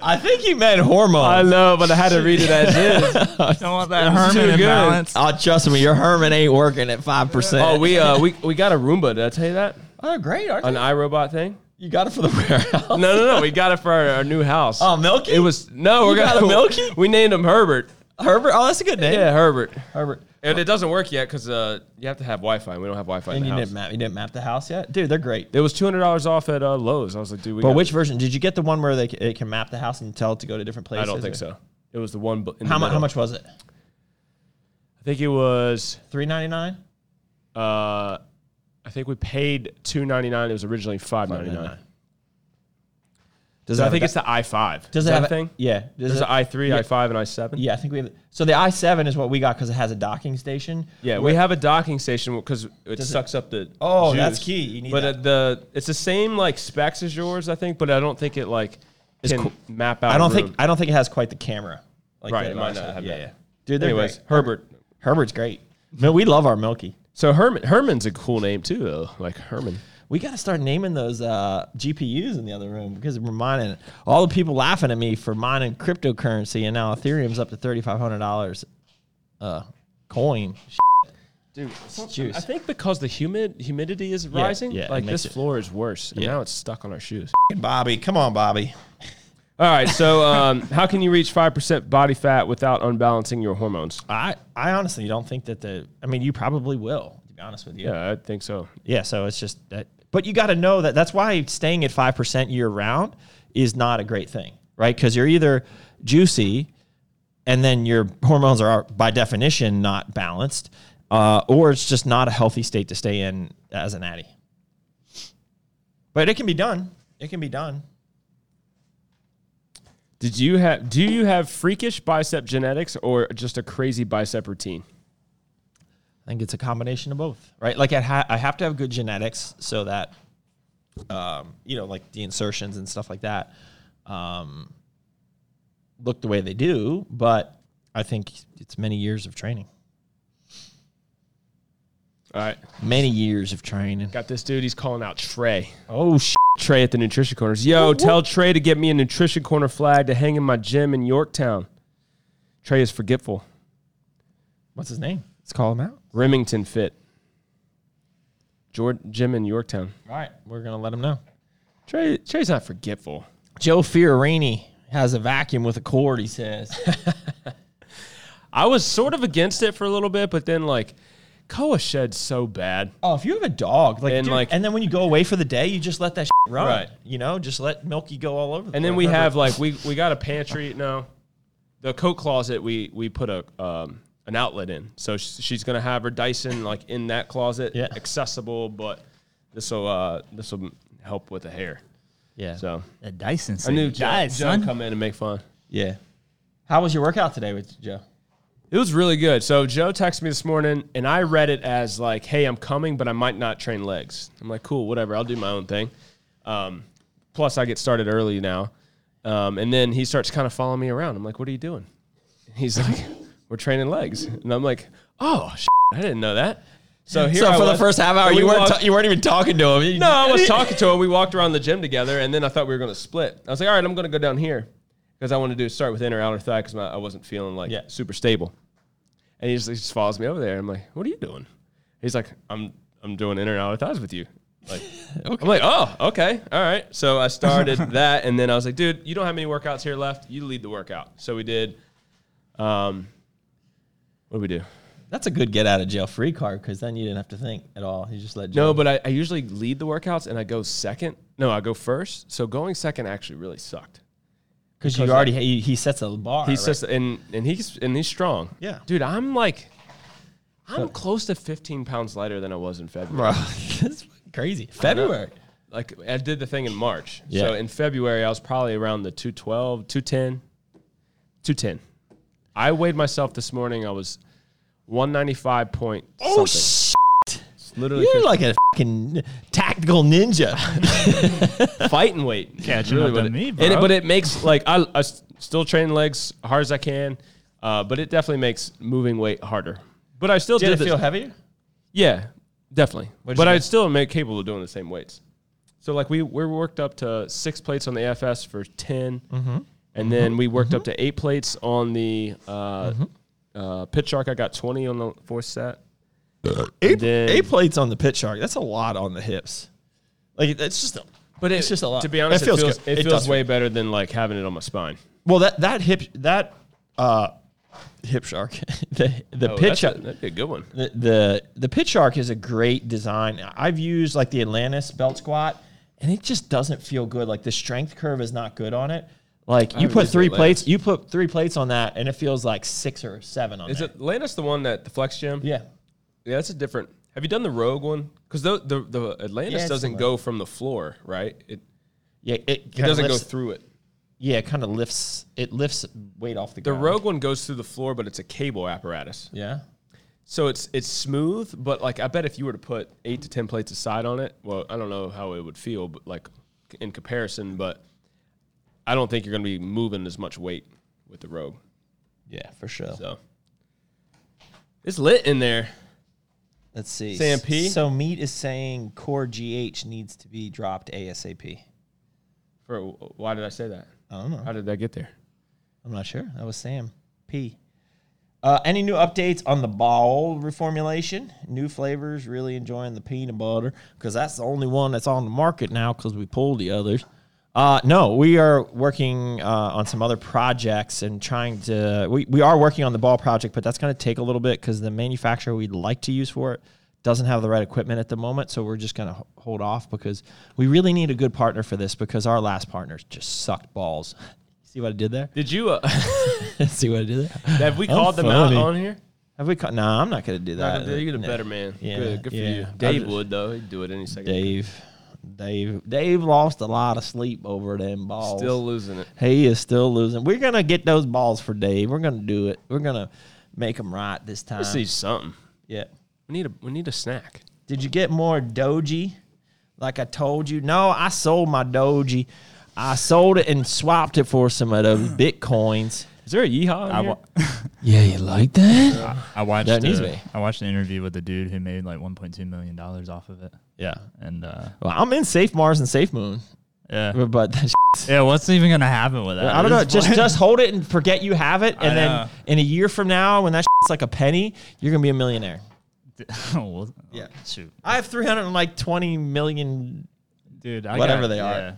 F: I think you meant hormones.
D: I know, but I had to read it as is.
E: Don't want that Herman
D: good.
E: imbalance.
F: Oh, trust me, your Herman ain't working at five percent.
D: Oh, we uh we, we got a Roomba, did I tell you that?
F: oh, great! Aren't
D: An iRobot thing?
F: they? You got it for the warehouse.
D: No, no, no. We got it for our, our new house.
F: Oh, Milky.
D: it was no, we're
F: You got
D: gonna
F: a Milky?
D: We named him Herbert.
F: Herbert. Oh, that's a good name.
D: Yeah, Herbert.
F: Herbert.
D: And it doesn't work yet because uh, you have to have Wi-Fi. and We don't have Wi-Fi. in
F: And
D: the
F: you
D: house.
F: didn't map. You didn't map the house yet, dude. They're great.
D: It was two hundred dollars off at uh, Lowe's. I was like, dude, we.
F: But
D: got-
F: which version? Did you get the one where they c- it can map the house and tell it to go to different places?
D: I don't think so. It was the one. bu- In the
F: How much?
D: middle.
F: How much was it?
D: I think it was.
F: Three ninety nine.
D: Uh, I think we paid two ninety nine. It was originally five ninety nine.
F: Does
D: So
F: it
D: I
F: have
D: think
F: a,
D: it's the i five.
F: Does it
D: that
F: have a
D: thing?
F: Yeah. Does
D: There's
F: it,
D: the i three, i five, and i seven.
F: yeah, I think we have. So the i seven is what we got because it has a docking station.
D: Yeah, we have a docking station because it
F: Does it-
D: sucks up the.
F: Oh,
D: juice.
F: that's key. You need
D: But
F: that.
D: uh, the it's the same like specs as yours, I think. But I don't think it like can
F: cool.
D: map out.
F: I don't
D: a
F: think
D: room.
F: I don't think it has quite the camera. Like
D: Right,
F: that
D: it might
F: ours
D: not
F: has.
D: have
F: yeah,
D: that.
F: yeah. Dude, they're
D: Anyways,
F: great.
D: Herbert.
F: Herbert's great. Man, we love our Milky.
D: So Herman Herman's a cool name too, though. Like Herman.
F: We got to start naming those uh, GPUs in the other room because we're mining. All the people laughing at me for mining cryptocurrency, and now Ethereum's up to thirty five hundred dollars, uh, coin.
D: Dude, some-
F: juice.
D: I think because the humid humidity is rising,
F: yeah, it
D: like this
F: makes it-
D: floor is worse, and
F: Yeah.
D: now it's stuck on our shoes.
F: Bobby, come on, Bobby.
D: All right, so um, how can you reach five percent body fat without unbalancing your hormones?
F: I I honestly don't think that the. I mean, you probably will. To be honest with you.
D: Yeah, Uh, I think so.
F: Yeah, so it's just that. But you got to know that that's why staying at 5% year round is not a great thing, right? Because you're either juicy and then your hormones are by definition not balanced, uh, or it's just not a healthy state to stay in as an addy. But it can be done. It can be done.
D: Did you have do you have freakish bicep genetics or just a crazy bicep routine?
F: I think it's a combination of both, right? Like I, ha- I have to have good genetics so that, um, you know, like the insertions and stuff like that, um, look the way they do. But I think it's many years of training,
D: All right,
F: many years of training.
D: got this dude. He's calling out Trey.
F: Oh sh!
D: Trey at the nutrition corners. Yo, tell Trey to get me a nutrition corner flag to hang in my gym in Yorktown. Trey is forgetful.
F: What's his name? Let's call him out.
D: Remington Fit. George, Jim in Yorktown.
F: All right, we're gonna let him know.
D: Trey, Trey's not forgetful.
F: Joe Fiorini has a vacuum with a cord. He says.
D: I was sort of against it for a little bit, but then like, Koa sheds so bad.
F: Oh, if you have a dog, like
D: And,
F: and
D: like-
F: and then when you go away for the day, you just let that shit run.
D: Right.
F: You know, just let Milky go all over. The
D: And then
F: place.
D: we
F: Remember-
D: have like we we got a pantry. No, the coat closet we we put a um an outlet in, so sh- she's gonna have her Dyson like in that closet,
F: Yeah.
D: accessible. But this will uh this will help with the hair.
F: yeah.
D: So
E: That Dyson.
D: I knew Joe,
E: Dyson.
D: Joe would come in and make fun.
F: Yeah. How was your workout today with Joe?
D: It was really good. So Joe texted me this morning, and I read it as like, "Hey, I'm coming, but I might not train legs." I'm like, "Cool, whatever. I'll do my own thing." Um, plus, I get started early now, um, and then he starts kind of following me around. I'm like, "What are you doing?" He's like, "We're training legs," and I'm like, "Oh, shit, I didn't know that." So here
F: so
D: I
F: for the
D: was,
F: first half hour,
D: and we
F: you weren't
D: walked-
F: ta- you weren't even talking to him. You-
D: no, I was talking to him. We walked around the gym together, and then I thought we were going to split. I was like, all right, I'm going to go down here because I want to do start with inner outer thigh because I wasn't feeling like
F: Yeah.
D: super stable. And he just, he just follows me over there. I'm like, what are you doing? He's like, I'm I'm doing inner and outer thighs with you. Like, I'm like, oh, okay, all right. So I started that, and then I was like, dude, you don't have any workouts here left. You lead the workout. So we did. Um, what did we do?
F: That's a good get out of jail free card because then you didn't have to think at all. You just let Joe.
D: No, but I, I usually lead the workouts and I go second. No, I go first. So going second actually really sucked.
F: because you already he, he sets a bar.
D: He
F: right?
D: says, and and he's and he's strong.
C: Yeah.
D: dude, I'm like, I'm close to 15 pounds lighter than I was in February.
F: bro, that's crazy. February.
D: Like I did the thing in March.
F: Yeah.
D: So in February I was probably around the 212, 210, 210. I weighed myself this morning. I was 195 point.
F: Oh
D: something.
F: shit!
D: It's literally
F: You're
D: 15
F: like a fucking tactical ninja.
D: fighting weight.
E: Catching up
D: what
E: to
D: it-
E: me,
D: and it-
E: bro.
D: but it makes like I, I s- still train legs hard as I can, uh, but it definitely makes moving weight harder. But I still did,
F: Did it
D: the-
F: feel heavier?
D: Yeah, definitely.
F: What'd
D: But
F: you
D: I
F: do?
D: still am capable of doing the same weights. So like we we worked up to six plates on the FS for 10 and then we worked up to eight plates on the uh, uh, pit shark. I got twenty on the fourth set.
F: Eight,
D: then-
F: eight plates on the pit shark. That's a lot on the hips. Like that's just. A,
D: But
F: it's just a lot.
D: To be honest, it feels,
F: feels
D: it feels,
F: good. It does
D: way better than like having it on my spine.
F: well, that that hip that uh, hip shark the the
D: Oh,
F: pit
D: that's a-
F: shark.
D: that'd be a good one.
F: the the the pit shark is a great design. I've used like the Atlantis belt squat, and it just doesn't feel good. Like the strength curve is not good on it. Like you
D: haven't
F: put
D: used the
F: three
D: Atlantis.
F: plates, you put three plates on that, and it feels like six or seven on
D: Is
F: there.
D: Atlantis the one that the flex gym?
F: Yeah,
D: Yeah, that's a different. Have you done the Rogue one? Because the, the the Atlantis
F: Yeah, it's
D: doesn't
F: similar.
D: go from the floor, right? It
F: yeah. It,
D: it doesn't go through it.
F: Yeah, it kind of lifts. It lifts weight off the
D: The
F: ground.
D: Rogue one goes through the floor, but it's a cable apparatus.
F: Yeah.
D: So it's it's smooth, but like I bet if you were to put eight to ten plates aside on it, well, I don't know how it would feel, but like in comparison, but I don't think you're going to be moving as much weight with the Rogue.
F: Yeah, for sure.
D: So it's lit in there.
F: Let's see.
D: Sam P?
F: So meat is saying core GH needs to be dropped ASAP.
D: For why did I say that?
F: I don't know.
D: How did that get there?
F: I'm not sure. That was Sam P. Uh, any new updates on the ball reformulation? New flavors? Really enjoying the peanut butter because that's the only one that's on the market now because we pulled the others. Uh, no, we are working uh, on some other projects and trying to. We, we are working on the ball project, but that's going to take a little bit because the manufacturer we'd like to use for it doesn't have the right equipment at the moment. So we're just going to hold off because we really need a good partner for this because our last partners just sucked balls. See what I did there?
D: Did you? Uh,
F: See what I did there?
D: have we
F: I'm
D: called them out
F: funny.
D: on here?
F: Have we caught? Nah, I'm not gonna do that.
D: Not gonna do- You're the
F: No.
D: better man.
F: Yeah,
D: good, good for
F: yeah.
D: you.
F: I'm
D: Dave
F: just-
D: would though. He'd do it any second.
F: Dave, Dave, Dave lost a lot of sleep over them balls.
D: Still losing it.
F: he is still losing. We're gonna get those balls for Dave. We're gonna do it. We're gonna make them right this time.
D: Let's eat something.
F: Yeah.
D: We need a we need a snack.
F: Did you get more doji? Like I told you, no, I sold my doji. I sold it and swapped it for some of those bitcoins.
D: Is there a yeehaw?
E: I, wa-
F: Yeah, you like that?
E: I watched.
F: That needs
E: uh,
F: me.
E: I watched an interview with the dude who made like 1.2 million dollars off of it,
F: Yeah.
E: and uh,
F: Well, I'm in Safe Mars and Safe Moon,
E: yeah,
F: but that
E: yeah. What's even gonna happen with that?
F: I don't know.
E: It's
F: Just
E: like-
F: just hold it and forget you have it, and then
E: know.
F: in a year from now, when that shit's like a penny, you're gonna be a millionaire.
E: Well,
F: Yeah.
E: shoot,
F: I have three hundred like twenty million
E: dude. I
F: Whatever
E: got-
F: they are.
E: yeah.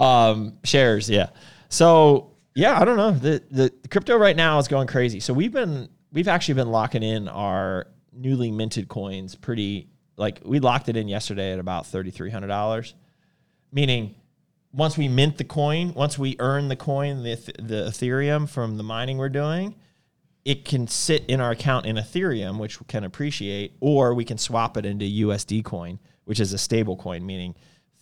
F: um, shares. Yeah. So yeah, I don't know. The, the the crypto right now is going crazy. So we've been we've actually been locking in our newly minted coins pretty like we locked it in yesterday at about thirty three hundred dollars, meaning. Once we mint the coin, once we earn the coin, the, Eth- the Ethereum from the mining we're doing, it can sit in our account in Ethereum, which can appreciate, or we can swap it into USD coin, which is a stable coin, meaning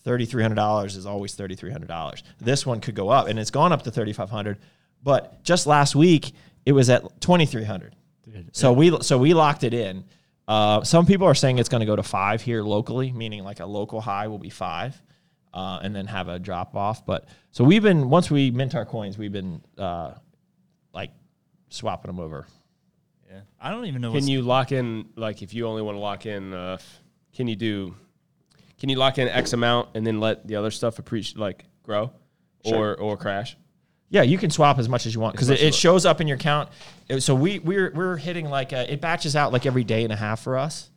F: $3,300 is always $3,300. This one could go up, and it's gone up to 3,500. But just last week, it was at 2,300. So we so we locked it in. Uh, some people are saying it's going to go to five here locally, meaning like a local high will be five, uh, and then have a drop off. But so we've been once we mint our coins, we've been uh, like swapping them over.
E: Yeah. I don't even know.
D: Can
E: what's,
D: you lock in like if you only want to lock in? Uh, f- can you do? Can you lock in X amount and then let the other stuff appreciate like grow, or or crash?
F: Yeah, you can swap as much as you want because
D: much
F: it,
D: as you
F: it
D: want.
F: shows up in your count. It- So we we're we're hitting like uh it batches out like every day and a half for us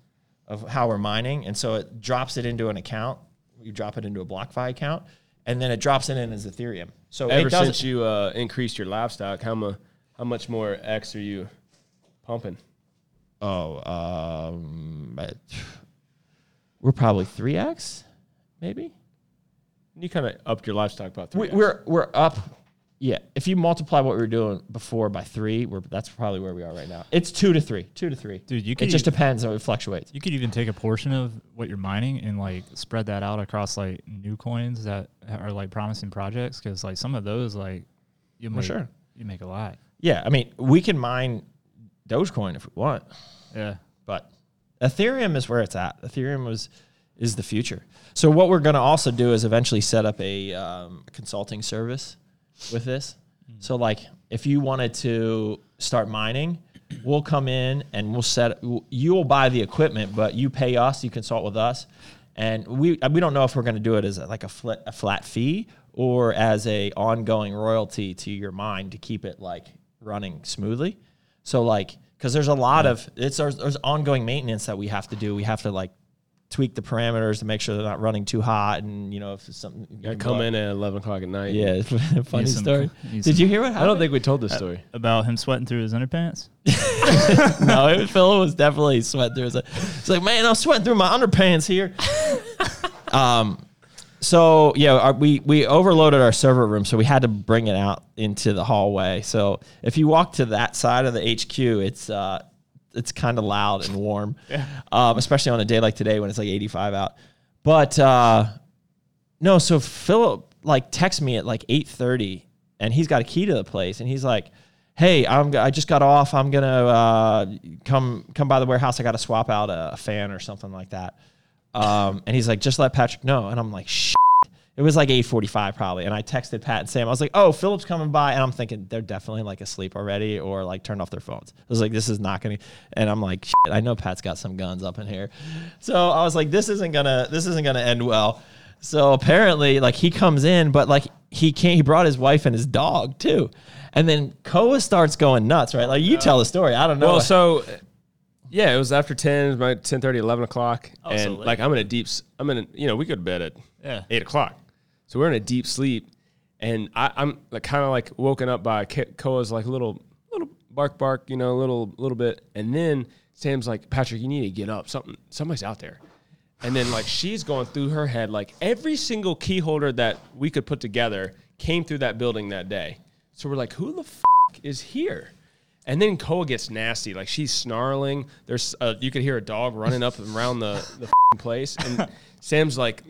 F: of how we're mining, and so it drops it into an account. You drop it into a BlockFi account, and then it drops it in as Ethereum. So it
D: Ever
F: does
D: since you uh, increased your livestock, how mu- how much more X are you pumping?
F: oh, um, but we're probably three x, maybe.
D: You kind of upped your livestock by three.
F: We, we're we're up. Yeah, if you multiply what we were doing before by three, we're that's probably where we are right now. It's two to three, two to three.
E: Dude, you
F: it
E: could
F: just
E: e-
F: depends. It fluctuates.
E: You could even take a portion of what you're mining and like spread that out across like new coins that are like promising projects because like some of those like you make
F: sure.
E: you make a lot.
F: Yeah, I mean, we can mine Dogecoin if we want,
E: Yeah.
F: but Ethereum is where it's at. Ethereum was is the future. So what we're going to also do is eventually set up a um, consulting service with this.
D: Mm.
F: So like, if you wanted to start mining, we'll come in and we'll set. You will buy the equipment, but you pay us. You consult with us, and we uh, we don't know if we're going to do it as like a flat a flat fee or as a ongoing royalty to your mine to keep it like running smoothly. So like, because there's a lot of it's there's, there's ongoing maintenance that we have to do. We have to like tweak the parameters to make sure they're not running too hot, and you know if it's something.
D: I come in at eleven o'clock at night.
F: Yeah, funny
E: Use some-
F: story.
E: use
F: Did
E: some-
F: you hear what happened?
D: I don't think we told this story.
E: About him sweating through his underpants.
F: no, it, Phil was definitely sweating through. His, it's like, man, I'm sweating through my underpants here. um, so yeah, our, we we overloaded our server room, so we had to bring it out into the hallway. So if you walk to that side of the HQ, it's uh, it's kind of loud and warm, um, especially on a day like today when it's like 85 out. But uh, no, so Philip like texts me at like eight thirty, and he's got a key to the place, and he's like, "Hey, I'm g- I just got off. I'm gonna uh, come come by the warehouse. I got to swap out a, a fan or something like that." Um, and he's like, "Just let Patrick know." And I'm like, "Shit." It was like 8:45 probably, and I texted Pat and Sam. I was like, "Oh, Philip's coming by," and I'm thinking they're definitely like asleep already or like turned off their phones. I was like, "This is not gonna," and I'm like, Shit, "I know Pat's got some guns up in here," so I was like, "This isn't gonna this isn't gonna end well." So apparently, like he comes in, but like he can't. He brought his wife and his dog too, and then Koa starts going nuts, right? Like you tell the story. I don't know.
D: Well, so uh, yeah, it was after ten, it was about 10, 11 o'clock, and
E: so late.
D: like I'm in a deep, s- I'm in, a, you know, we go to bed at
E: Yeah.
D: eight o'clock, so we're in a deep sleep, and I, I'm like kind of like woken up by Ke- Koa's like little little bark bark, you know, little little bit, and then Sam's like Patrick, you need to get up, something somebody's out there. And then like she's going through her head like every single key holder that we could put together came through that building that day. So we're like, who the f- is here? And then Koa gets nasty, like she's snarling. There's uh you could hear a dog running up and around the the f***ing place, and Sam's like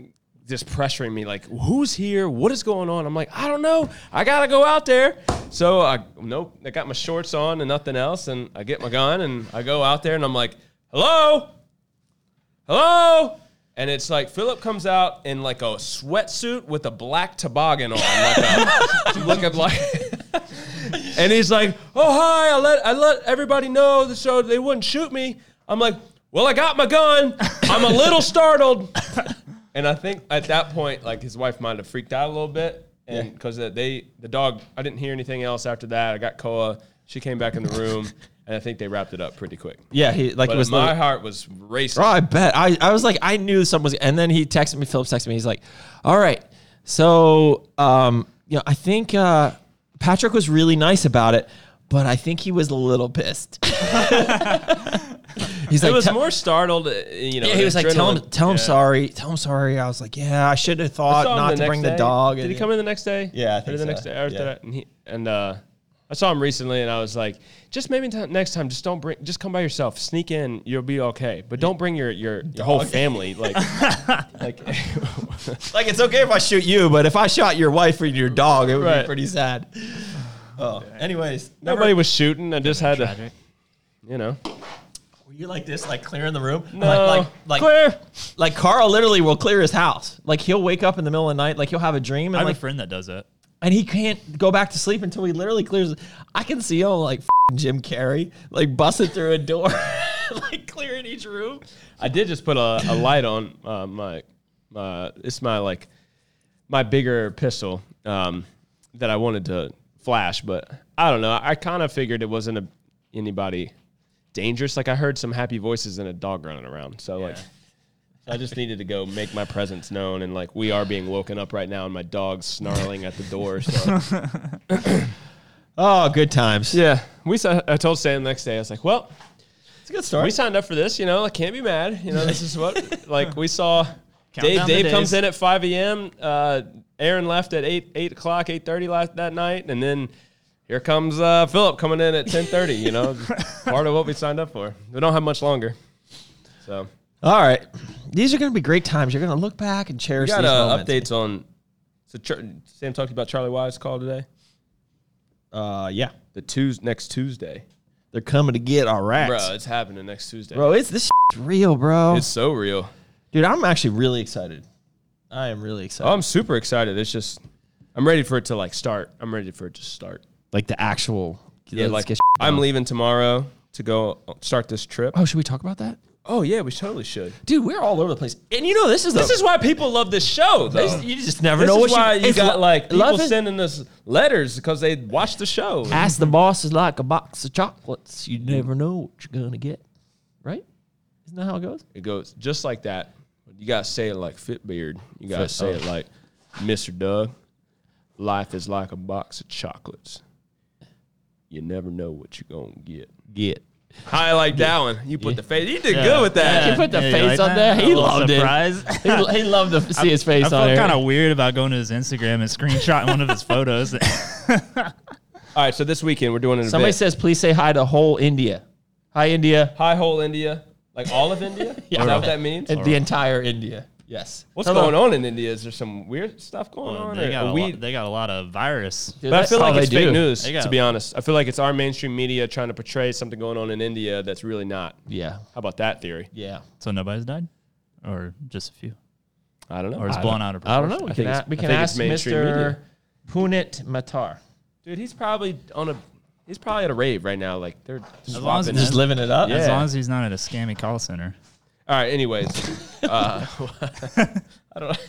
D: just pressuring me, like, "Who's here? What is going on?" I'm like, "I don't know. I gotta go out there." So I nope, I got my shorts on and nothing else, and I get my gun and I go out there, and I'm like, "Hello, hello," and it's like Philip comes out in like a sweatsuit with a black toboggan on, like a, looking like. And he's like, "Oh hi, I let I let everybody know the show they wouldn't shoot me." I'm like, "Well, I got my gun. I'm a little startled." And I think at that point, like his wife might have freaked out a little bit, and because they the dog, I didn't hear anything else after that. I got Koa. She came back in the room, and I think they wrapped it up pretty quick.
F: yeah, he like
D: But
F: it was
D: my
F: like-
D: heart was racing.
F: Oh, I bet. I, I was like, I knew something was. And then he texted me. Phillips texted me. He's like, all right. So, um, you know, I think uh, Patrick was really nice about it, but I think he was a little pissed. he's
D: It
F: like,
D: was
F: "Tell-
D: more startled, uh, you know.
F: yeah, he was like, tell him,
D: adrenaline.
F: tell him
D: Yeah.
F: sorry, tell him sorry. I was like, yeah, I should have
D: I
F: thought
D: saw him
F: Uh, not
D: the
F: to
D: next
F: bring
D: day.
F: the dog.
D: Did
F: And-
D: he come in the next day?
F: Yeah, I
D: or the
F: think so.
D: next day. Or after
F: Yeah.
D: that, and he and uh, I saw him recently, and I was like, just maybe t- next time, just don't bring, just come by yourself, sneak in, you'll be okay, but don't bring your your, your whole family. Like, like
F: Like, it's okay if I shoot you, but if I shot your wife or your dog, it would
D: Right.
F: be pretty sad. Oh, anyways, never-
D: nobody was shooting. I just had to,
E: Tragic.
D: you know, Uh,
F: Were you like this, like clearing the room?
D: No.
F: Like, like, like,
D: Clear.
F: like Carl literally will clear his house. Like he'll wake up in the middle of the night, like he'll have a dream, and
E: I have
F: like
E: a friend that does that.
F: and he can't go back to sleep until he literally clears. I can see him like f***ing Jim Carrey, like busting through a door, like clearing each room.
D: I did just put a, a light on uh, my my it's my like my bigger pistol um, that I wanted to flash, but I don't know. I kind of figured it wasn't a, anybody dangerous. Like I heard some happy voices and a dog running around, so like. I just needed to go make my presence known, and like we are being woken up right now, and my dog's snarling at the door. So
F: Oh, good times.
D: yeah, we. Saw, I told Sam the next day. I was like, "Well,
F: It's a good start.
D: we signed up for this, you know. I can't be mad. You know, this is what like we saw. Dave
E: down the
D: Dave
E: days.
D: comes in at 5 a.m. Uh, Aaron left at 8 8 o'clock 8:30 last that night, and then here comes uh, Philip coming in at 10:30. You know, part of what we signed up for. We don't have much longer, so
F: All right, these are going to be great times. You're going to look back and cherish
D: we got
F: these
D: uh,
F: moments.
D: updates on. So Char- Sam talked about Charlie Wise call today.
F: Uh, yeah,
D: The Tues next Tuesday,
F: they're coming to get our racks,
D: bro.
F: bro.
D: It's happening next Tuesday.
F: it's this shit's real, bro.
D: It's so real.
F: Dude, I'm actually really excited. I am really excited.
D: Oh, I'm super excited. It's just, I'm ready for it to like start. I'm ready for it to start.
F: like the actual.
D: Yeah,
F: let's
D: like
F: get
D: I'm leaving tomorrow to go start this trip.
F: oh, should we talk about that?
D: Oh yeah, we totally should.
F: Dude, we're all over the place. And you know, this is the,
D: This is why people love this show, though.
F: This- you just never
D: This
F: know
D: is
F: what
D: why you
F: it's
D: got
F: lo-
D: like people
F: love it.
D: sending us letters because they watch the show.
F: Ask the boss is like a box of chocolates. You never know what you're gonna get, right? Isn't that how it goes?
D: It goes just like that. You gotta say it like Fitbeard. You gotta
F: Fit-
D: say
F: oh.
D: it like Mr. Doug. Life is like a box of chocolates. You never know what you're gonna get.
F: Get.
D: I like that one. You put the face. You did good with that.
F: You put the
E: Yeah, you
F: face
E: like
F: on there.
E: that?
F: He
E: A little
F: loved
E: surprise.
F: it. He, he loved to see his face
E: I
F: on
E: felt
F: there.
E: kind of weird about going to his Instagram and screenshotting one of his photos.
D: All right, so this weekend we're doing an
F: Somebody
D: event.
F: says, "Please say hi to whole India." Hi, India.
D: Hi, whole India, like all of India.
F: Yeah.
D: Is that what that means?
F: And the entire India. Yes.
D: What's
F: Hello.
D: going on in India? Is there some weird stuff going on?
E: they,
D: or
E: got
D: are
E: a
D: we-
E: lot, they got a lot of virus.
F: Dude,
D: but I
F: that's
D: feel
F: all
D: like
F: they
D: it's fake
F: do.
D: news.
E: They
D: To
E: got-
D: be honest, I feel like it's our mainstream media trying to portray something going on in India that's really not.
F: Yeah.
D: How about that theory?
F: Yeah.
E: So nobody's died? Or just a few?
D: I don't know.
E: Or it's
D: I
E: blown out of
F: I
E: proportion?
F: don't know. Oh, We
D: I
F: can,
D: think
F: a-
D: it's-
F: we
D: I
F: can
D: think it's
F: ask
D: mainstream
F: Mr.
D: media.
F: Punit Matar.
D: don't- Dude, he's probably on a. He's probably at a rave right now. Like they're
E: As
D: swapping.
E: long as,
F: Just living it up.
E: as
D: Yeah.
E: long as he's not at a scammy call center.
D: All right. Anyways, uh, I don't.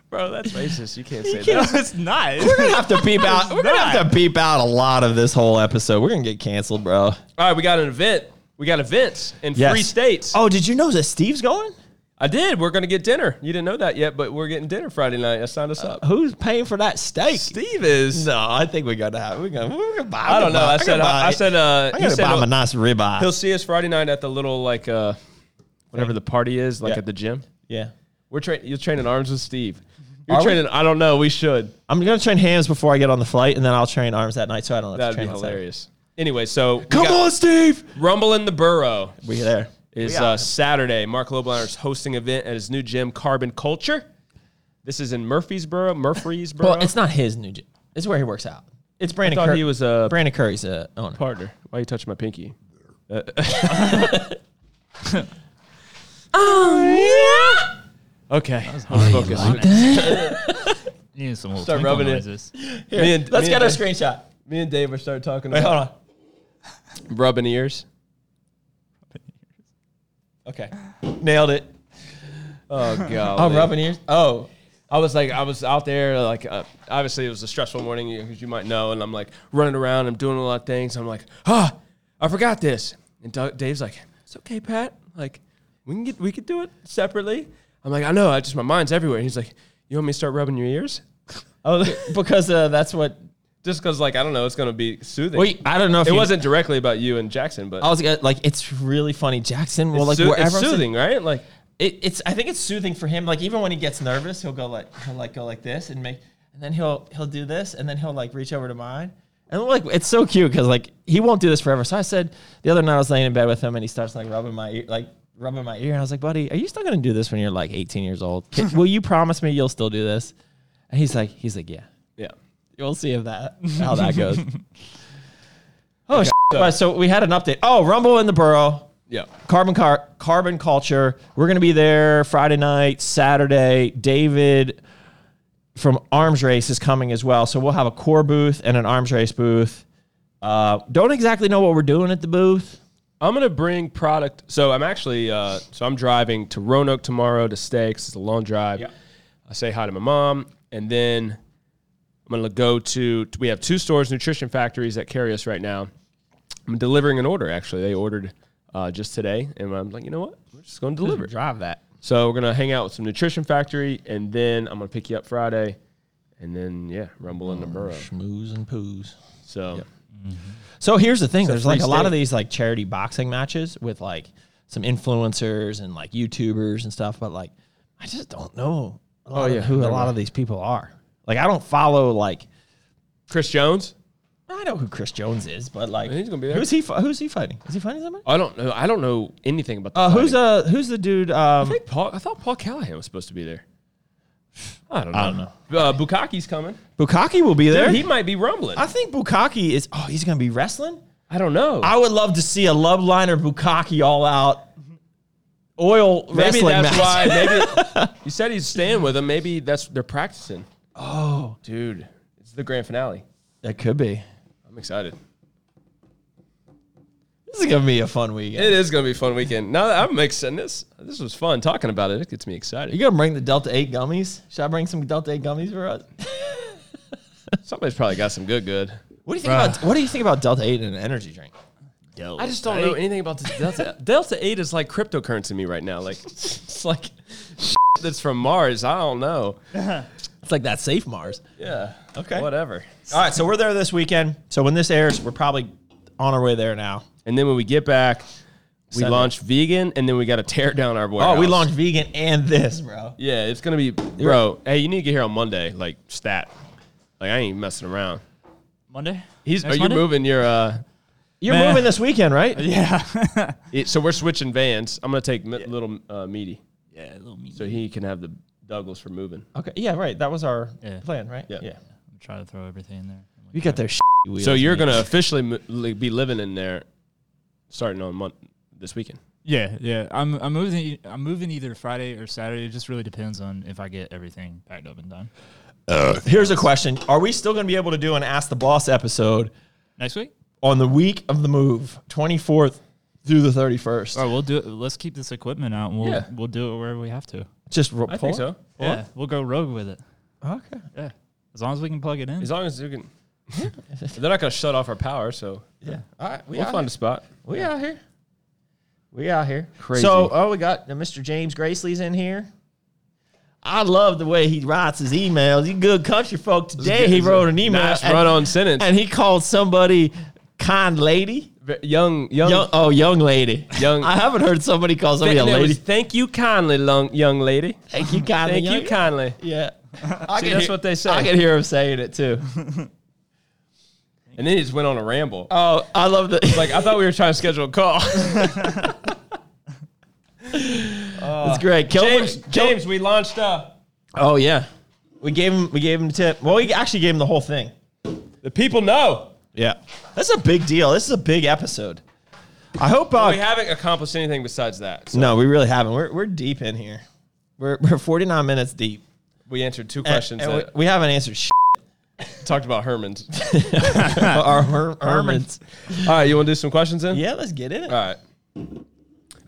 D: Bro, that's racist. You can't say that.
E: it's not.
F: We're gonna have to beep out. We're gonna have to beep out a lot of this whole episode. We're gonna get canceled, bro.
D: All right, we got an event. We got events in
F: Yes.
D: three states.
F: Oh, did you know that Steve's going?
D: I did. We're gonna get dinner. You didn't know that yet, but we're getting dinner Friday night. I signed us up.
F: Who's paying for that steak?
D: Steve is.
F: No, I think we gotta have. We're gonna. We're gonna buy.
D: I don't know. I said. I, I said. Uh,
F: I'm
D: he
F: gonna
D: said
F: buy him a
D: he'll,
F: nice ribeye.
D: he'll see us Friday night at the little like uh, whatever the party is, like
F: Yeah.
D: at the gym.
F: yeah.
D: We're tra- You're training arms with Steve. You're
F: Mm-hmm. Are we?
D: training. I don't know. We should.
F: I'm gonna train hands before I get on the flight, and then I'll train arms that night, so I don't have
D: That'd
F: to train.
D: be
F: on Saturday.
D: hilarious. Anyway, so we
F: Come
D: got
F: on, Steve.
D: Rumble in the Burrow
F: We there.
D: is uh, Saturday. Mark Lobliner is hosting event at his new gym, Carbon Culture. This is in Murfreesboro. Murfreesboro.
F: Well, it's not his new gym. It's where he works out. It's Brandon.
D: thought
F: Cur-
D: he was a
F: Brandon Curry's uh, owner.
D: partner. Why you touching my pinky? oh yeah. Okay. I'm focused.
E: Need some little
D: Start
E: Start
D: rubbing
E: rubbing
D: it.
E: noises.
D: Me and,
F: Let's
D: me
F: get a
D: and Dave-
F: screenshot.
D: Me and Dave are started talking
F: Wait,
D: about
F: hold on.
D: rubbing ears.
F: Okay, nailed it.
D: Oh god.
F: Oh, rubbing ears. Oh,
D: I was like, I was out there, like, uh, obviously it was a stressful morning, as you might know, and I'm like running around, I'm doing a lot of things. I'm like, ah, I forgot this. And Doug, Dave's like, it's okay, Pat. Like, we can get, we could do it separately. I'm like, I know, I just, my mind's everywhere. He's like, you want me to start rubbing your ears?
F: oh, because uh, that's what.
D: Just because, like, I don't know, it's going to be soothing.
F: Wait, I don't know if
D: it
F: you-
D: wasn't directly about you and Jackson, but
F: I was gonna- like, it's really funny, Jackson.
D: it's,
F: Well, like
D: soo- it's
F: wherever I'm sitting-
D: soothing, right? Like,
F: it, it's I think it's soothing for him. Like even when he gets nervous, he'll go like he'll like go like this and make, and then he'll he'll do this, and then he'll like reach over to mine. And like it's so cute because like he won't do this forever. So I said the other night I was laying in bed with him and he starts like rubbing my ear, like rubbing my ear, and I was like, buddy, are you still gonna do this when you're like 18 years old? Can- will you promise me you'll still do this? And he's like, he's like, yeah.
D: yeah.
F: We'll see if that how that goes. oh, shit. But so we had an update. Oh, Rumble in the Borough.
D: Yeah.
F: Carbon car- carbon culture. We're gonna be there Friday night, Saturday. David from Arms Race is coming as well. So we'll have a core booth and an Arms Race booth. Uh, don't exactly know what we're doing at the booth.
D: I'm gonna bring product. So I'm actually uh, so I'm driving to Roanoke tomorrow to stay 'cause it's a long drive. I say hi to my mom, and then I'm gonna go to. We have two stores, nutrition factories that carry us right now. I'm delivering an order. Actually, they ordered uh, just today, and I'm like, you know what? We're just gonna deliver. it.
A: Drive that.
D: So we're gonna hang out with some Nutrition Factory, and then I'm gonna pick you up Friday, and then yeah, rumble in the burrow.
F: Schmooze and poos.
D: So
F: So here's the thing:
D: a
F: there's like
D: free
F: a lot of
D: state.
F: these like charity boxing matches with like some influencers and like YouTubers and stuff, but like I just don't know. A lot
D: Oh,
F: of
D: yeah.
F: who a
D: Never
F: lot of these people are. Like I don't follow like
D: Chris Jones,
F: I know who Chris Jones is, but like
D: He's gonna be there.
F: Who's he? fi- Who's he fighting? Is he fighting somebody?
D: I don't know. I don't know anything about. The
F: Uh, who's
D: fighting.
F: uh who's the dude? Um,
D: I think Paul. I thought Paul Callahan was supposed to be there. I don't know.
F: I don't know.
D: Uh, Bukaki's coming.
F: Bukaki will be there.
D: Dude, he might be rumbling.
F: I
D: I,
F: think Bukaki is. Oh, he's gonna be wrestling.
D: don't know.
F: I would love to see a love liner Bukaki all out oil
D: maybe
F: wrestling
D: that's
F: match.
D: why. Maybe you said he's staying with him. Maybe that's they're practicing. Oh, dude, it's the grand finale.
F: That could be.
D: I'm excited.
F: This is gonna be a fun weekend.
D: It is gonna be a fun weekend. Now that I'm excited, this this was fun talking about it. It gets me
F: You
D: excited.
F: gonna bring the Delta Eight gummies? Should I bring some Delta Eight gummies for us?
D: Somebody's probably got some good good.
F: What do you think about What do you think about Delta Eight in an energy drink?
D: I just don't know anything about this Delta. Delta Eight is like cryptocurrency to me right now. Like it's like that's from Mars. I don't know.
F: It's like that Safe Mars.
D: Yeah.
F: Okay.
D: Whatever.
F: All right, so we're there this weekend. So when this airs, we're probably on our way there now. Oh,
D: And then when we get back, we
F: Sunday.
D: launch vegan, and then we got to tear down our
F: Oh,
D: warehouse.
F: we launched vegan and this, bro.
D: Yeah, it's gonna be, bro. Hey, you need to get here on Monday, like stat. Like I ain't messing around.
E: Monday?
D: He's
E: Next
D: are you
E: Monday?
D: moving your? uh
F: You're
E: Man.
F: moving this weekend, right?
E: Yeah.
D: it- So we're switching vans. I'm gonna take mi- little uh, meaty,
E: yeah, a little mean.
D: so he can have the Douglas for moving.
F: Okay. Yeah, right. That was our
E: Yeah.
F: plan, right?
D: Yeah.
E: I'm trying to throw everything in there. I'm
F: You
E: like,
F: got those. Wheels,
D: So you're
F: man.
D: gonna officially mo- li- be living in there, starting on month this weekend.
E: yeah, yeah. I'm I'm moving I'm moving either Friday or Saturday. It just really depends on if I get everything packed up and done.
F: Here's a question: Are we still gonna be able to do an Ask the Boss episode
E: Next week?
F: on the week of the move, 24th through the 31st?
D: Oh.
E: All right, we'll do it. Let's keep this equipment out and we'll
D: Yeah.
E: we'll do it wherever we have to.
F: Just ro-
D: I think
F: pull
D: so.
F: it?
E: Yeah. We'll go rogue with it.
F: Okay.
E: Yeah. As long as we can plug it in.
D: As long as you can, they're not gonna shut off our power. So
F: Yeah. All right. We
D: we'll
F: out
D: find a spot.
F: here. We out here. We out here.
D: Crazy.
F: So, oh, we got uh, Mr. James Gracely's in here. I love the way he writes his emails. He good country folk today. He wrote an email.
D: Nice
F: and-
D: run-on sentence.
F: And he called somebody kind lady.
D: Ve- Young, young,
F: Young, oh, young lady.
D: Young-
F: I haven't heard somebody call somebody a
D: And it was,
F: lady.
D: Thank you kindly, long, young lady.
F: Thank you kindly.
D: Thank you
F: young-
D: kindly.
F: Yeah. I
D: See, that's what they say.
F: I can hear him saying it too.
D: And then he just went on a ramble.
F: Oh, I love the.
D: Like I thought we were trying to schedule a call.
F: it's great. Kill
D: uh, James, James, we launched uh,
F: Oh yeah, we gave him we gave him the tip. Well, we actually gave him the whole thing.
D: the people know.
F: Yeah, that's a big deal. This is a big episode. I hope. Uh,
D: We haven't accomplished anything besides that. So
F: no, we really haven't. We're we're deep in here. We're we're 49 minutes deep.
D: we answered two
F: And-
D: questions
F: and
D: that
F: we, we haven't answered shit.
D: talked about Herman's.
F: our her- Hermans.
D: All right, you want to do some questions then?
F: Yeah, let's get in it.
D: All right.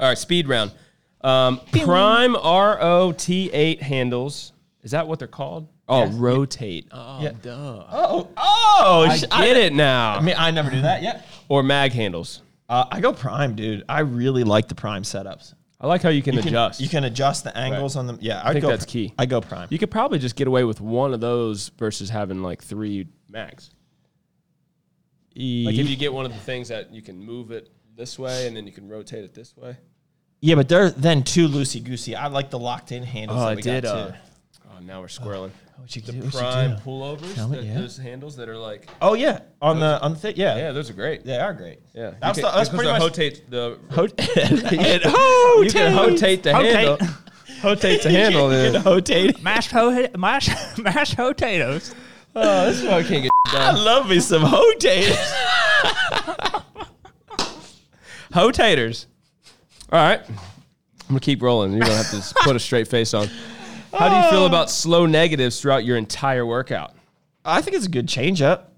D: All right, speed round. Um, prime ROT8 handles. Is that what they're called? Oh, rotate. Oh,
F: Yeah.
D: duh.
F: Oh, oh,
D: I
F: sh-
D: get it now.
F: I mean, I never do that. Yeah,
D: or mag handles.
F: uh, I go prime, dude. I really like the prime setups.
D: I like how you can
F: You can-
D: adjust.
F: You can adjust the angles on them. Yeah, I
D: think
F: go
D: that's
F: pri-
D: key.
F: I go prime.
D: You could probably just get away with one of those versus having like three mags. Like if you get one of the things that you can move it this way and then you can rotate it this way.
F: yeah, but they're then too loosey goosey. I like the locked in handles. that we Got too.
D: oh, now we're squirreling.
F: What you
D: the
F: do, what you
D: prime
F: do.
D: pullovers,
F: Tell me,
D: that-
F: yeah.
D: those handles that are like
F: Oh yeah, on the on the thi- yeah,
D: yeah, those are great.
F: they are great.
D: Yeah,
F: that's,
D: you
F: the,
D: can- because
F: that's pretty
D: the
F: much.
D: rotate the
F: Hot- it
D: you can rotate the handle. Rotate the handle. then.
F: Hotate.
E: mashed ho- mashed mashed potatoes.
D: Oh, this is why I can't get
F: I love me some hotaters.
D: Hotators. All right. I'm going to keep rolling. You're going to have to just put a straight face on. How do you feel about slow negatives throughout your entire workout?
F: I think it's a good change up.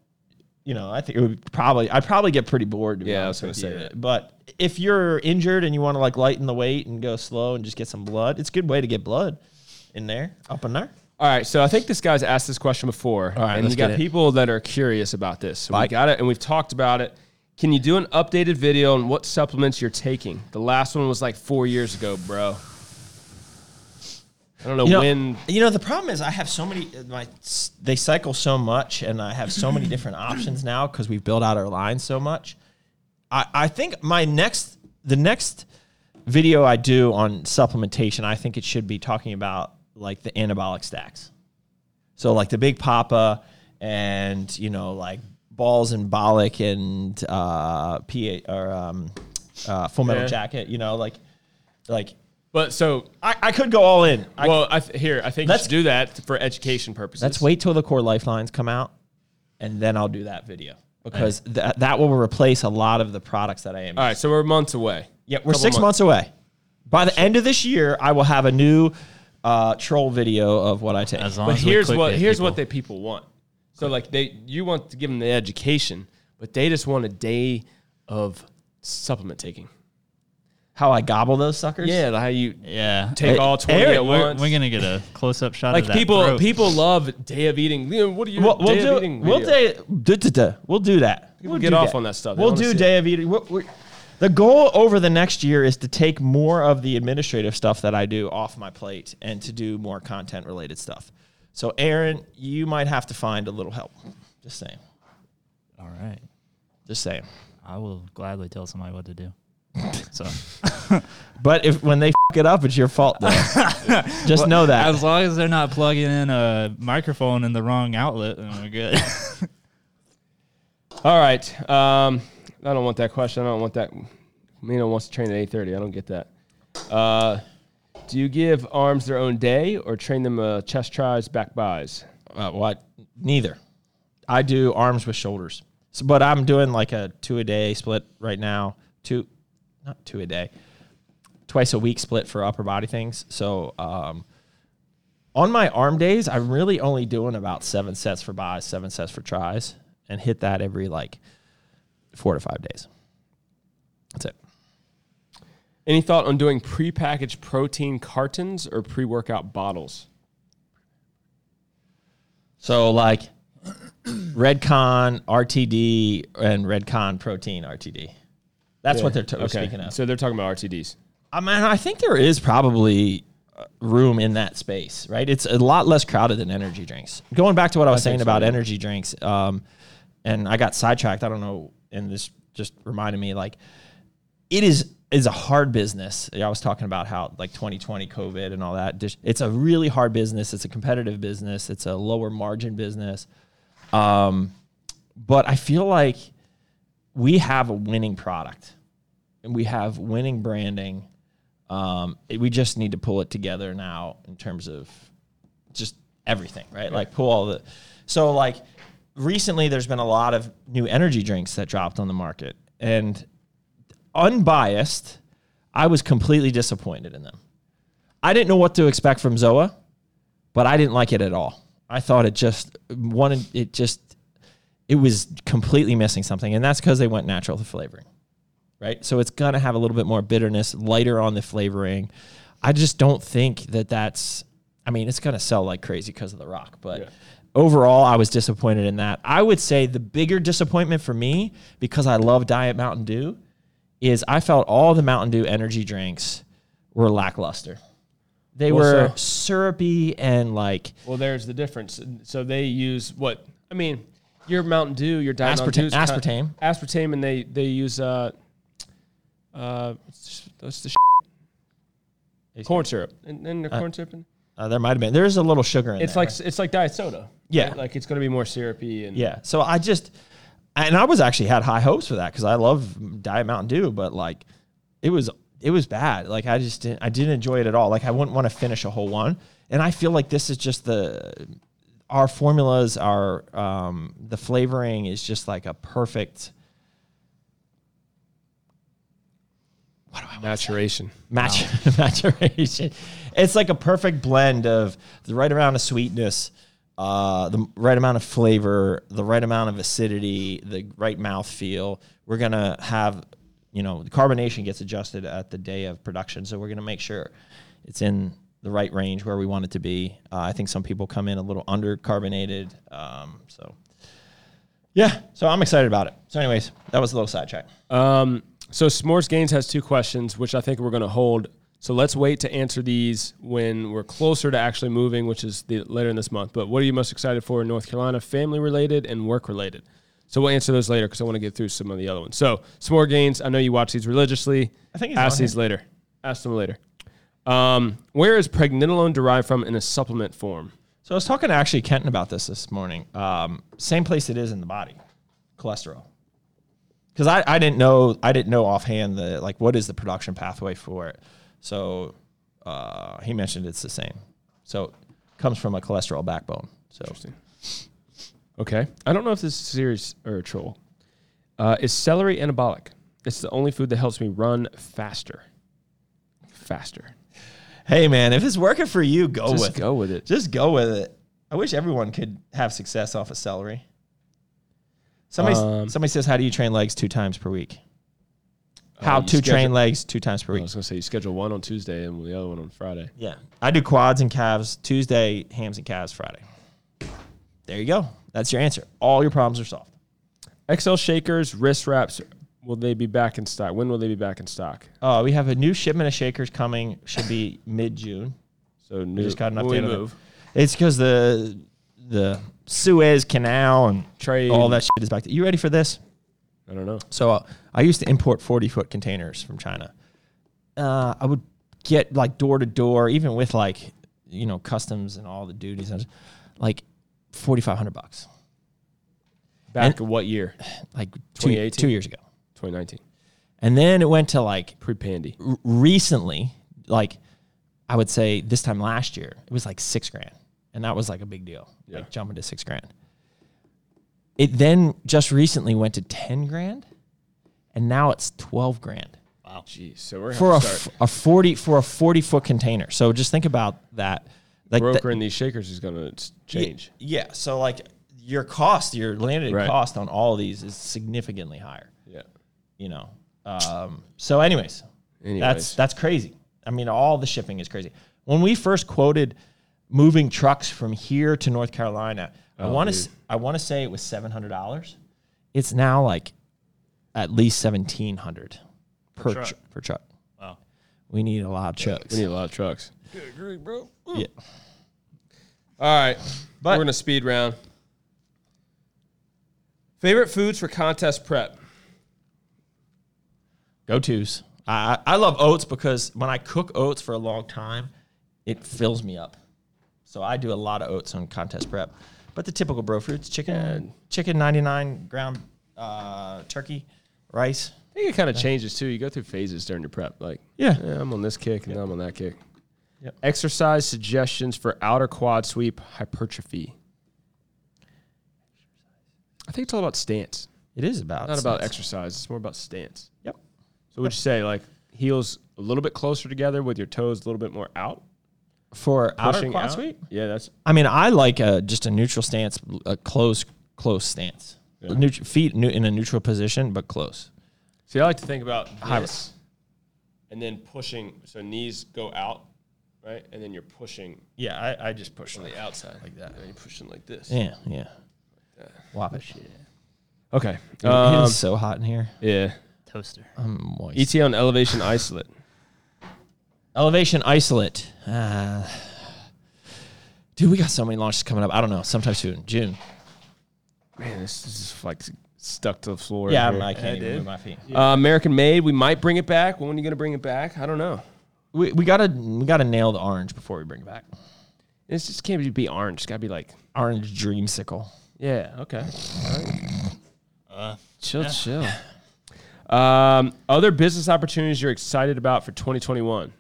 F: You know, I think it would probably I'd probably get pretty bored to be
D: Yeah, I
F: honest
D: was
F: with
D: gonna say
F: you.
D: that.
F: But if you're injured and you want to like lighten the weight and go slow and just get some blood, it's a good way to get blood in there, up in there.
D: All right, so I think this guy's asked this question before,
F: right,
D: and
F: let's
D: we got
F: get it.
D: people that are curious about this. So we
F: Mike?
D: got it, and we've talked about it. Can you do an updated video on what supplements you're taking? The last one was like four years ago, bro. I don't know,
F: You know,
D: when.
F: you know the problem is I have so many my they cycle so much and I have so many different options now because we've built out our line so much. I, I think my next the next video I do on supplementation, I think it should be talking about like the anabolic stacks. So like the Big Papa and you know like balls and Bolic and uh, PA or um, uh, Full Metal
D: Yeah.
F: Jacket. You know like like
D: But so,
F: I, I could go all in. I
D: well, I th- here I think
F: Let's-
D: let's do that for education purposes.
F: Let's wait till the core lifelines come out, and then I'll do that video because tha- that will replace a lot of the products that I am.
D: All right, so we're months away.
F: Yeah, we're
D: Couple
F: six months. away. By the end of this year, I will have a new uh, troll video of what I take.
E: As long
D: But
E: as we
D: here's what
E: clickbait
D: here's
E: people.
D: what the people want. So like they you want to give them the education, but they just want a day of supplement taking.
F: How I gobble those suckers?
D: Yeah, like how you
E: yeah.
D: take all twenty
F: Eric,
D: at
E: we're,
D: once.
E: we're gonna get a close up shot.
D: like
E: of that
D: people
E: throat.
D: people love day of eating. You know, what are you
F: We'll, we'll
D: day of
F: do.
D: eating?
F: We'll,
D: video?
F: day, duh, duh, duh. we'll do that.
D: People
F: We'll
D: get
F: do
D: off on that stuff. They
F: We'll
D: wanna
F: do
D: see
F: day of eating. We're- we're- the goal over the next year is to take more of the administrative stuff that I do off my plate and to do more content related stuff. So, Aaron, you might have to find a little help. Just saying.
E: All right,
F: Just saying.
E: I will gladly tell somebody what to do. so
F: But if when they f it up, it's your fault. Though. Just know that.
E: as long as they're not plugging in a microphone in the wrong outlet, then we're good.
D: All right. Um, I don't want that question. I don't want that. Mino wants to train at eight thirty. I don't get that. Uh, do you give arms their own day or train them uh, chest tries, back buys?
F: Uh, what? Neither. I do arms with shoulders, so, but I'm doing like a two a day split right now. Two, not two a day, twice a week split for upper body things. So um, on my arm days, I'm really only doing about seven sets for buys, seven sets for tries, and hit that every like four to five days. That's it.
D: Any thought on doing prepackaged protein cartons or pre-workout bottles?
F: So like Redcon RTD and Redcon protein RTD. That's what they're t- speaking of.
D: So they're talking about RTDs.
F: I mean, I think there is probably uh, room in that space, right? It's a lot less crowded than energy drinks. Going back to what I was saying
D: so,
F: about
D: yeah.
F: energy drinks, um, and I got sidetracked. I don't know, and this just reminded me, like, it is is a hard business. Yeah, I was talking about how like 2020 COVID and all that. just- It's a really hard business. It's a competitive business. It's a lower margin business. Um, but I feel like we have a winning product and we have winning branding. Um, it- we just need to pull it together now in terms of just everything, right? Like pull all the. So like recently, there's been a lot of new energy drinks that dropped on the market, and unbiased, I was completely disappointed in them. I didn't know what to expect from Zoa, but I didn't like it at all. I thought it just wanted it just it was completely missing something, and that's because they went natural with flavoring right? So it's gonna have a little bit more bitterness, lighter on the flavoring. I just don't think that that's. I mean, it's gonna sell like crazy because of the rock, but. Overall, I was disappointed in that. I would say the bigger disappointment for me, because I love Diet Mountain Dew, is I felt all the Mountain Dew energy drinks were lackluster. They were
D: so?
F: syrupy and like
D: Well, there's the difference. So they use what? I mean, your Mountain Dew, your Diet Mountain
F: Aspartame-
D: Dew's kind-
F: aspartame.
D: aspartame, and they they use uh, uh, what's the- what's the shit? corn syrup and then the corn syrup. And,
F: uh, there might have been there's a little sugar in
D: it's
F: there,
D: like it's like diet soda.
F: Yeah.
D: right? like it's gonna be more syrupy and
F: Yeah. So I just, and I was actually had high hopes for that because I love Diet Mountain Dew, but like, it was it was bad. Like I just didn't I didn't enjoy it at all. Like I wouldn't want to finish a whole one. And I feel like this is just the our formulas are um, the flavoring is just like a perfect.
D: maturation.
F: Match, maturation. It's like a perfect blend of the right amount of sweetness, uh, the right amount of flavor, the right amount of acidity, the right mouth feel. We're gonna have, you know, the carbonation gets adjusted at the day of production, so we're gonna make sure it's in the right range where we want it to be. Uh, I think some people come in a little under carbonated, um, so yeah. So I'm excited about it. So, anyways, that was a little sidetrack.
D: Um, so S'mores Gaines has two questions, which I think we're going to hold. So let's wait to answer these when we're closer to actually moving, which is the, later in this month. But what are you most excited for in North Carolina, family related and work related? So we'll answer those later because I want to get through some of the other ones. So S'more Gaines, I know you watch these religiously.
F: I think he's
D: ask
F: on
D: these later. Ask them later. Um, where is pregnenolone derived from in a supplement form?
F: So I was talking to actually Kenton about this this morning. Um, same place it is in the body, cholesterol. Because I, I didn't know I didn't know offhand the like what is the production pathway for it. So uh, he mentioned it's the same. So it comes from a cholesterol backbone. So
D: Okay. I don't know if this is serious or a troll. Uh, is celery anabolic? It's the only food that helps me run faster. Faster.
F: hey man, if it's working for you, go
D: Just
F: with
D: go
F: it.
D: with it.
F: Just go with it. I wish everyone could have success off of celery. Somebody
D: Um,
F: somebody says, how do you train legs two times per week? How
D: Oh, you
F: to train
D: schedule-
F: legs two times per
D: I
F: week?
D: was going to say you schedule one on Tuesday and the other one on Friday.
F: Yeah. I do quads and calves Tuesday, hams and calves Friday. There you go. That's your answer. All your problems are solved.
D: XL shakers, wrist wraps, will they be back in stock? When will they be back in stock?
F: Uh, we have a new shipment of shakers coming. Should be mid June.
D: So
F: We
D: new,
F: just got an
D: when we
F: update on
D: move.
F: it. It's because the the Suez Canal and
D: Trade.
F: all that shit is back. You ready for this?
D: I don't know.
F: So uh, I used to import 40 foot containers from China. Uh, I would get like door to door, even with like, you know, customs and all the duties, and like 4,500 bucks,
D: Back what year?
F: like two,
D: 2018?
F: two years ago.
D: 2019.
F: And then it went to like
D: Pre pandy.
F: r- recently, like I would say this time last year, it was like six grand. And that was like a big deal,
D: Yeah.
F: like jumping to six grand. It then just recently went to 10 grand. And now it's 12 grand
D: Wow. Jeez. So we're
F: for
D: going
F: a,
D: to
F: f-
D: start.
F: a 40 for a 40 foot container. So just think about that. Like the-
D: Brokering these shakers is going to change.
F: yeah. So like your cost, your landed
D: Right.
F: cost on all these is significantly higher,
D: Yeah.
F: you know? Um, so anyways,
D: Anyways.
F: That's that's crazy. I mean, all the shipping is crazy. When we first quoted moving trucks from here to North Carolina, I
D: Oh,
F: want to I want to say it was seven hundred dollars. It's now like at least seventeen hundred per
E: truck.
F: truck. per truck.
E: Wow.
F: We need a lot of trucks.
D: we need a lot of trucks.
F: Yeah.
D: All right.
F: But-
D: we're in a speed round. Favorite foods for contest prep.
F: Go tos. I I I love oats because when I cook oats for a long time, it fills me up. So I do a lot of oats on contest prep. But the typical bro fruits: chicken, chicken ninety nine ground uh, turkey, rice.
D: I think it kind of changes too. You go through phases during your prep. Like,
F: Yeah.
D: yeah I'm on this kick and now I'm on that kick.
F: Yep.
D: Exercise suggestions for outer quad sweep hypertrophy. I think it's all about stance,
F: It is about
D: not about
F: snacks.
D: exercise. It's more about stance.
F: Yep.
D: So, would you say like heels a little bit closer together with your toes a little bit more out?
F: For outer
D: pushing
F: quad
D: out?
F: sweep?
D: Yeah, that's
F: I mean, I like a, just a neutral stance, a close close stance. Neut- feet neu- in a neutral position, but close.
D: See, I like to think about
F: Hybrid.
D: this, and then pushing. So knees go out, right, and then you're pushing
F: Yeah, I, I just push
D: on the outside like that, and then you're pushing like this.
F: Yeah, yeah. Wapish.
D: Okay.
F: it
D: Um,
F: is so hot in here.
D: yeah.
E: Toaster.
F: I'm moist.
D: ET E on elevation isolate.
F: Elevation isolate. Uh, dude, we got so many launches coming up. I don't know. Sometime soon, June.
D: Man, this is just, like stuck to the floor.
F: Yeah,
D: here.
F: I can't even move my feet.
D: Uh, American made. We might bring it back. When are you gonna bring it back? I don't know.
F: We, we gotta we gotta nail the orange before we bring it back.
D: It just can't be- be orange. It's gotta be like
F: Orange dreamsicle.
D: Yeah. Okay. chill, chill. Um, other business opportunities you're excited about for 2021.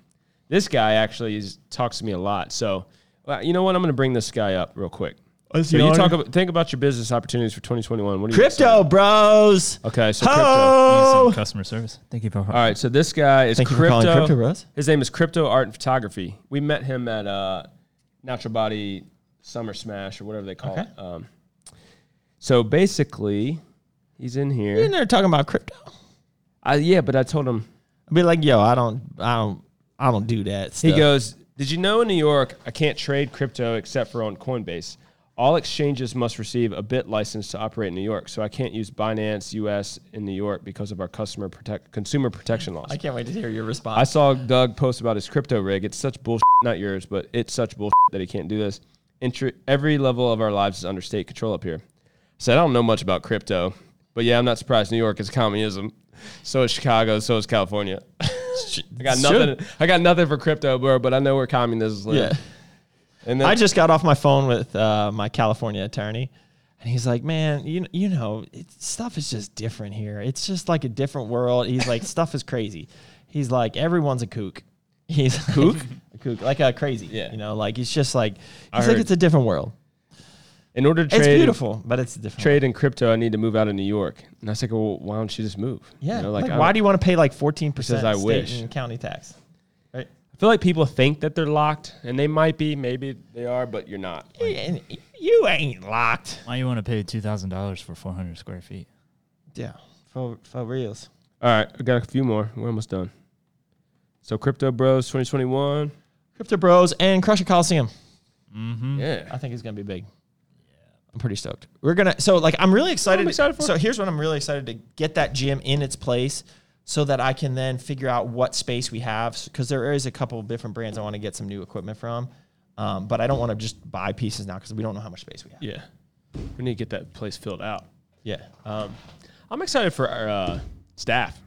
D: This guy actually is, talks to me a lot. So, well, you know what? I'm going to bring this guy up real quick. So you talk about think about your business opportunities for 2021. What are you
F: Crypto bros.
D: Okay, so crypto.
F: Ho!
E: customer service. Thank you for
D: All right, so this guy is
F: Thank you for
D: crypto.
F: calling Crypto Rose.
D: His name is Crypto Art and Photography. We met him at uh, Natural Body Summer Smash or whatever they call it. Um, so basically, he's in
F: You're in
D: here.
F: there talking about crypto.
D: I, yeah, but I told him
F: I'd be like, yo, I don't, I don't, I don't do that.
D: He
F: stuff.
D: goes, Did you know in New York I can't trade crypto except for on Coinbase? All exchanges must receive a bit license to operate in New York, so I can't use Binance US in New York because of our customer protect consumer protection laws.
F: I can't wait to hear your
D: I
F: response.
D: saw Doug post about his crypto rig. It's such bullshit, not yours, but it's such bullshit that he can't do this. Entry, every level of our lives is under state control up here. So I don't know much about crypto, but yeah, I'm not surprised. New York is communism. So is Chicago. So is California. I got
F: It's
D: nothing. I got nothing for crypto, bro. But I know where communism live.
F: yeah.
D: And then
F: I just got off my phone with uh, my California attorney, and he's like, "Man, you you know, it, stuff is just different here. It's just like a different world." He's like, "Stuff is crazy." He's like, "Everyone's a kook." He's kook, a kook, like a crazy.
D: Yeah.
F: you know, like it's just like he's like
D: heard-
F: it's a different world.
D: in order to trade,
F: It's beautiful, but it's a different.
D: Trade in crypto, I need to move out of New York. And I was like, well, why don't you just move?
F: world. Yeah,
D: You know,
F: like,
D: I-
F: why do you want to pay like fourteen percent
D: Because I
F: state
D: wish.
F: and county tax? Right.
D: I feel like people think that they're locked, and they might be, maybe they are, but you're not.
F: And You ain't locked.
E: Why you want to pay two thousand dollars for four hundred square feet?
F: Yeah, for for reals.
D: All right, I got a few more. We're almost done. So, Crypto Bros 2021.
F: Crypto Bros and Crusher Coliseum.
D: Yeah.
F: I think it's gonna be big. I'm pretty stoked. We're gonna so like I'm really excited.
D: I'm excited for
F: so here's what I'm really excited to get that gym in its place so that I can then figure out what space we have because there is a couple of different brands I want to get some new equipment from, um, but I don't want to just buy pieces now because we don't know how much space we have.
D: Yeah. We need to get that place filled out.
F: Yeah,
D: Um, I'm excited for our uh, staff.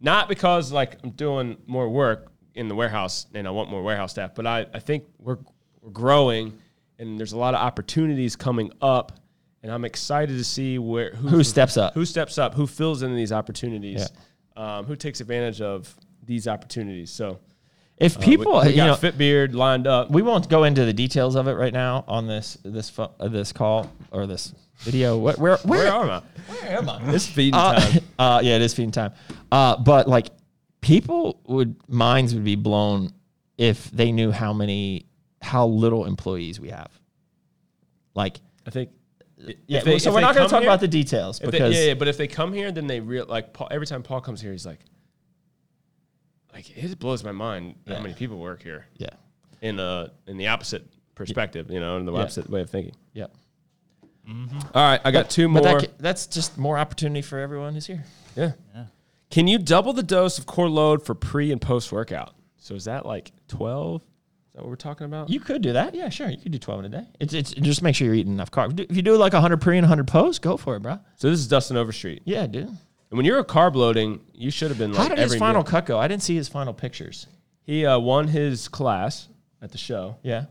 D: Not because like I'm doing more work in the warehouse and I want more warehouse staff, but I, I think we're, we're growing and there's a lot of opportunities coming up. And I'm excited to see where who,
F: Who steps up.
D: who steps up, who fills in these opportunities, um, who takes advantage of these opportunities. So
F: if
D: Uh, we-
F: people,
D: we,
F: you
D: got
F: know,
D: Fitbeard lined up.
F: we won't go into the details of it right now on this this fu- uh, this call or this video. Where where where,
D: Where are we?
F: where am I?
D: It's feeding
F: Uh,
D: time.
F: uh, yeah, it is feeding time. Uh, but like, people would minds would be blown if they knew how many, how little employees we have. Like,
D: I think.
F: yeah.
D: they-
F: so
D: if they
F: we're
D: come
F: not going to talk
D: here-
F: about the details
D: If they-
F: because
D: yeah, yeah, but if they come here, then they real like Paul, every time Paul comes here, he's like, like it blows my mind how
F: Yeah.
D: many people work here
F: yeah,
D: in uh in the opposite perspective, you know, in the opposite way of thinking.
F: yeah.
D: All right, I got two more.
F: But that, ca- that's just more opportunity for everyone who's here.
D: yeah. Can you double the dose of core load for pre and post workout? So is that like twelve? Is that what we're talking about?
F: You could do that. Yeah, sure. You could do twelve in a day. It's, it's just make sure you're eating enough carbs. Do- If you do like hundred pre and hundred post, go for it, bro.
D: so this is Dustin Overstreet.
F: Yeah, dude.
D: And when you're a carb loading, you should have been like
F: How did his
D: every
F: final
D: meal.
F: cut go? I didn't see his final pictures.
D: He uh, won his class at the show,
F: Yeah.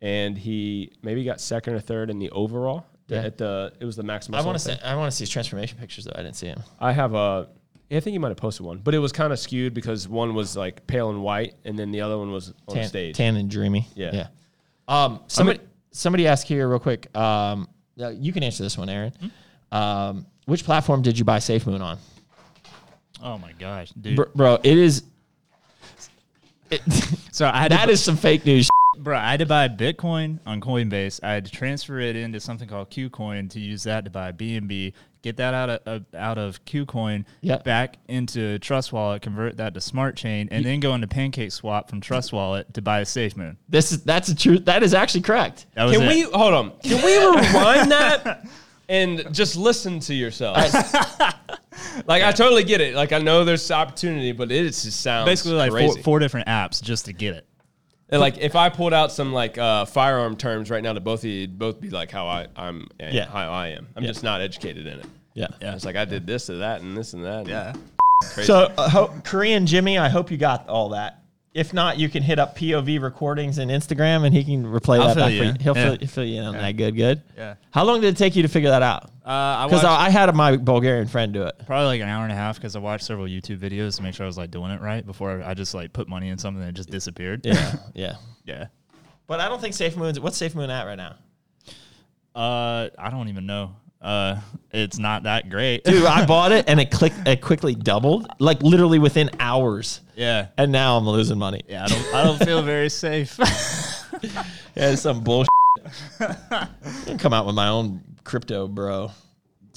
D: and he maybe got second or third in the overall. The-
F: Yeah.
D: At the it was the maximum.
F: I want to say I want to see his transformation pictures though. I didn't see him.
D: I have a. I think you might have posted one, but it was kind of skewed because one was like pale and white, and then the other one was on
F: tan,
D: stage.
F: tan and dreamy.
D: Yeah.
F: Yeah. Um, somebody somebody asked here real quick. Um, uh, you can answer this one, Aaron. Um, which platform did you buy SafeMoon on,
E: Oh my gosh, dude!
F: Br- bro? It is
E: so I had
F: that is some fake news.
E: Bro, I had to buy Bitcoin on Coinbase. I had to transfer it into something called Qcoin to use that to buy BNB. Get that out of uh, out of Qcoin,
F: Yep.
E: back into Trust Wallet, convert that to Smart Chain, and then go into Pancake Swap from Trust Wallet to buy a SafeMoon.
F: This is that's a truth. That is actually correct.
E: That was
D: Can
E: it.
D: we hold on? Can we rewind that and just listen to yourself? like I totally get it. Like I know there's opportunity, but it just sounds
E: basically like four,
D: crazy.
E: four different apps just to get it?
D: And, like if I pulled out some like uh, firearm terms right now to both of you, it'd both be like how I I'm
F: Yeah.
D: how I am. I'm just not educated in it.
F: Yeah.
E: Yeah.
D: It's like I did this to that and this and that. and-
F: So uh, ho- Korean Jimmy, I hope you got all that. If not, you can hit up POV recordings and Instagram, and he can replay
E: I'll
F: that back
E: fill
F: for
E: you
F: you.
E: in.
F: He'll
E: Yeah.
F: fill, he'll fill you in on that. Good, good.
E: Yeah.
F: How long did it take you to figure that out?
E: Uh, I
F: Because
E: watched
F: I, I had my Bulgarian friend do it.
E: probably like an hour and a half because I watched several YouTube videos to make sure I was like doing it right before I just like put money in something and it just disappeared.
F: Yeah, yeah.
E: yeah.
F: But I don't think Safe Moon's. What's Safe Moon at right now?
E: Uh, I don't even know. Uh, it's not that great.
F: Dude, I bought it and it click it quickly doubled, like literally within hours.
E: yeah.
F: And now I'm losing money.
E: Yeah, I don't, I don't feel very safe.
F: Yeah, it's some bullshit. I'm come out with my own crypto, bro.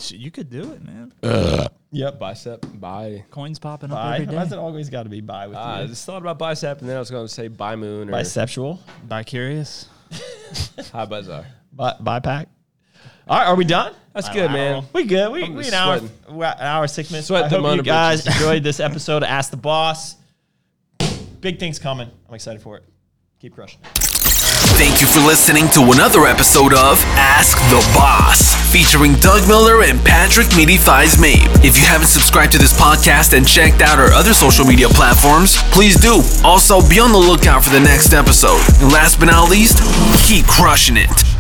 E: you could do it, man.
F: Uh,
D: Yep, bicep, bye.
E: Coins popping up
F: Bye.
E: every
F: Why's
E: day.
F: it always got to be bi with
D: I
F: you?
D: just thought Ah, about bicep, and then I was going to say bi moon or
F: Bisexual?
E: Bicurious.
D: high bizarre.
F: Bi, bi pack? All right, are we done?
D: That's good, man.
F: We good. We, we
D: just
F: an hour,
D: sweating.
F: we're an hour six minutes.
D: Sweat
F: I
D: the
F: hope
D: mother
F: you guys enjoyed this episode of Ask the Boss. Big things coming. I'm excited for it. Keep crushing.
B: Thank you for listening to another episode of Ask the Boss, featuring Doug Miller and Patrick Meaty Thighs Mabe. If you haven't subscribed to this podcast and checked out our other social media platforms, please do. Also, be on the lookout for the next episode. And last but not least, keep crushing it.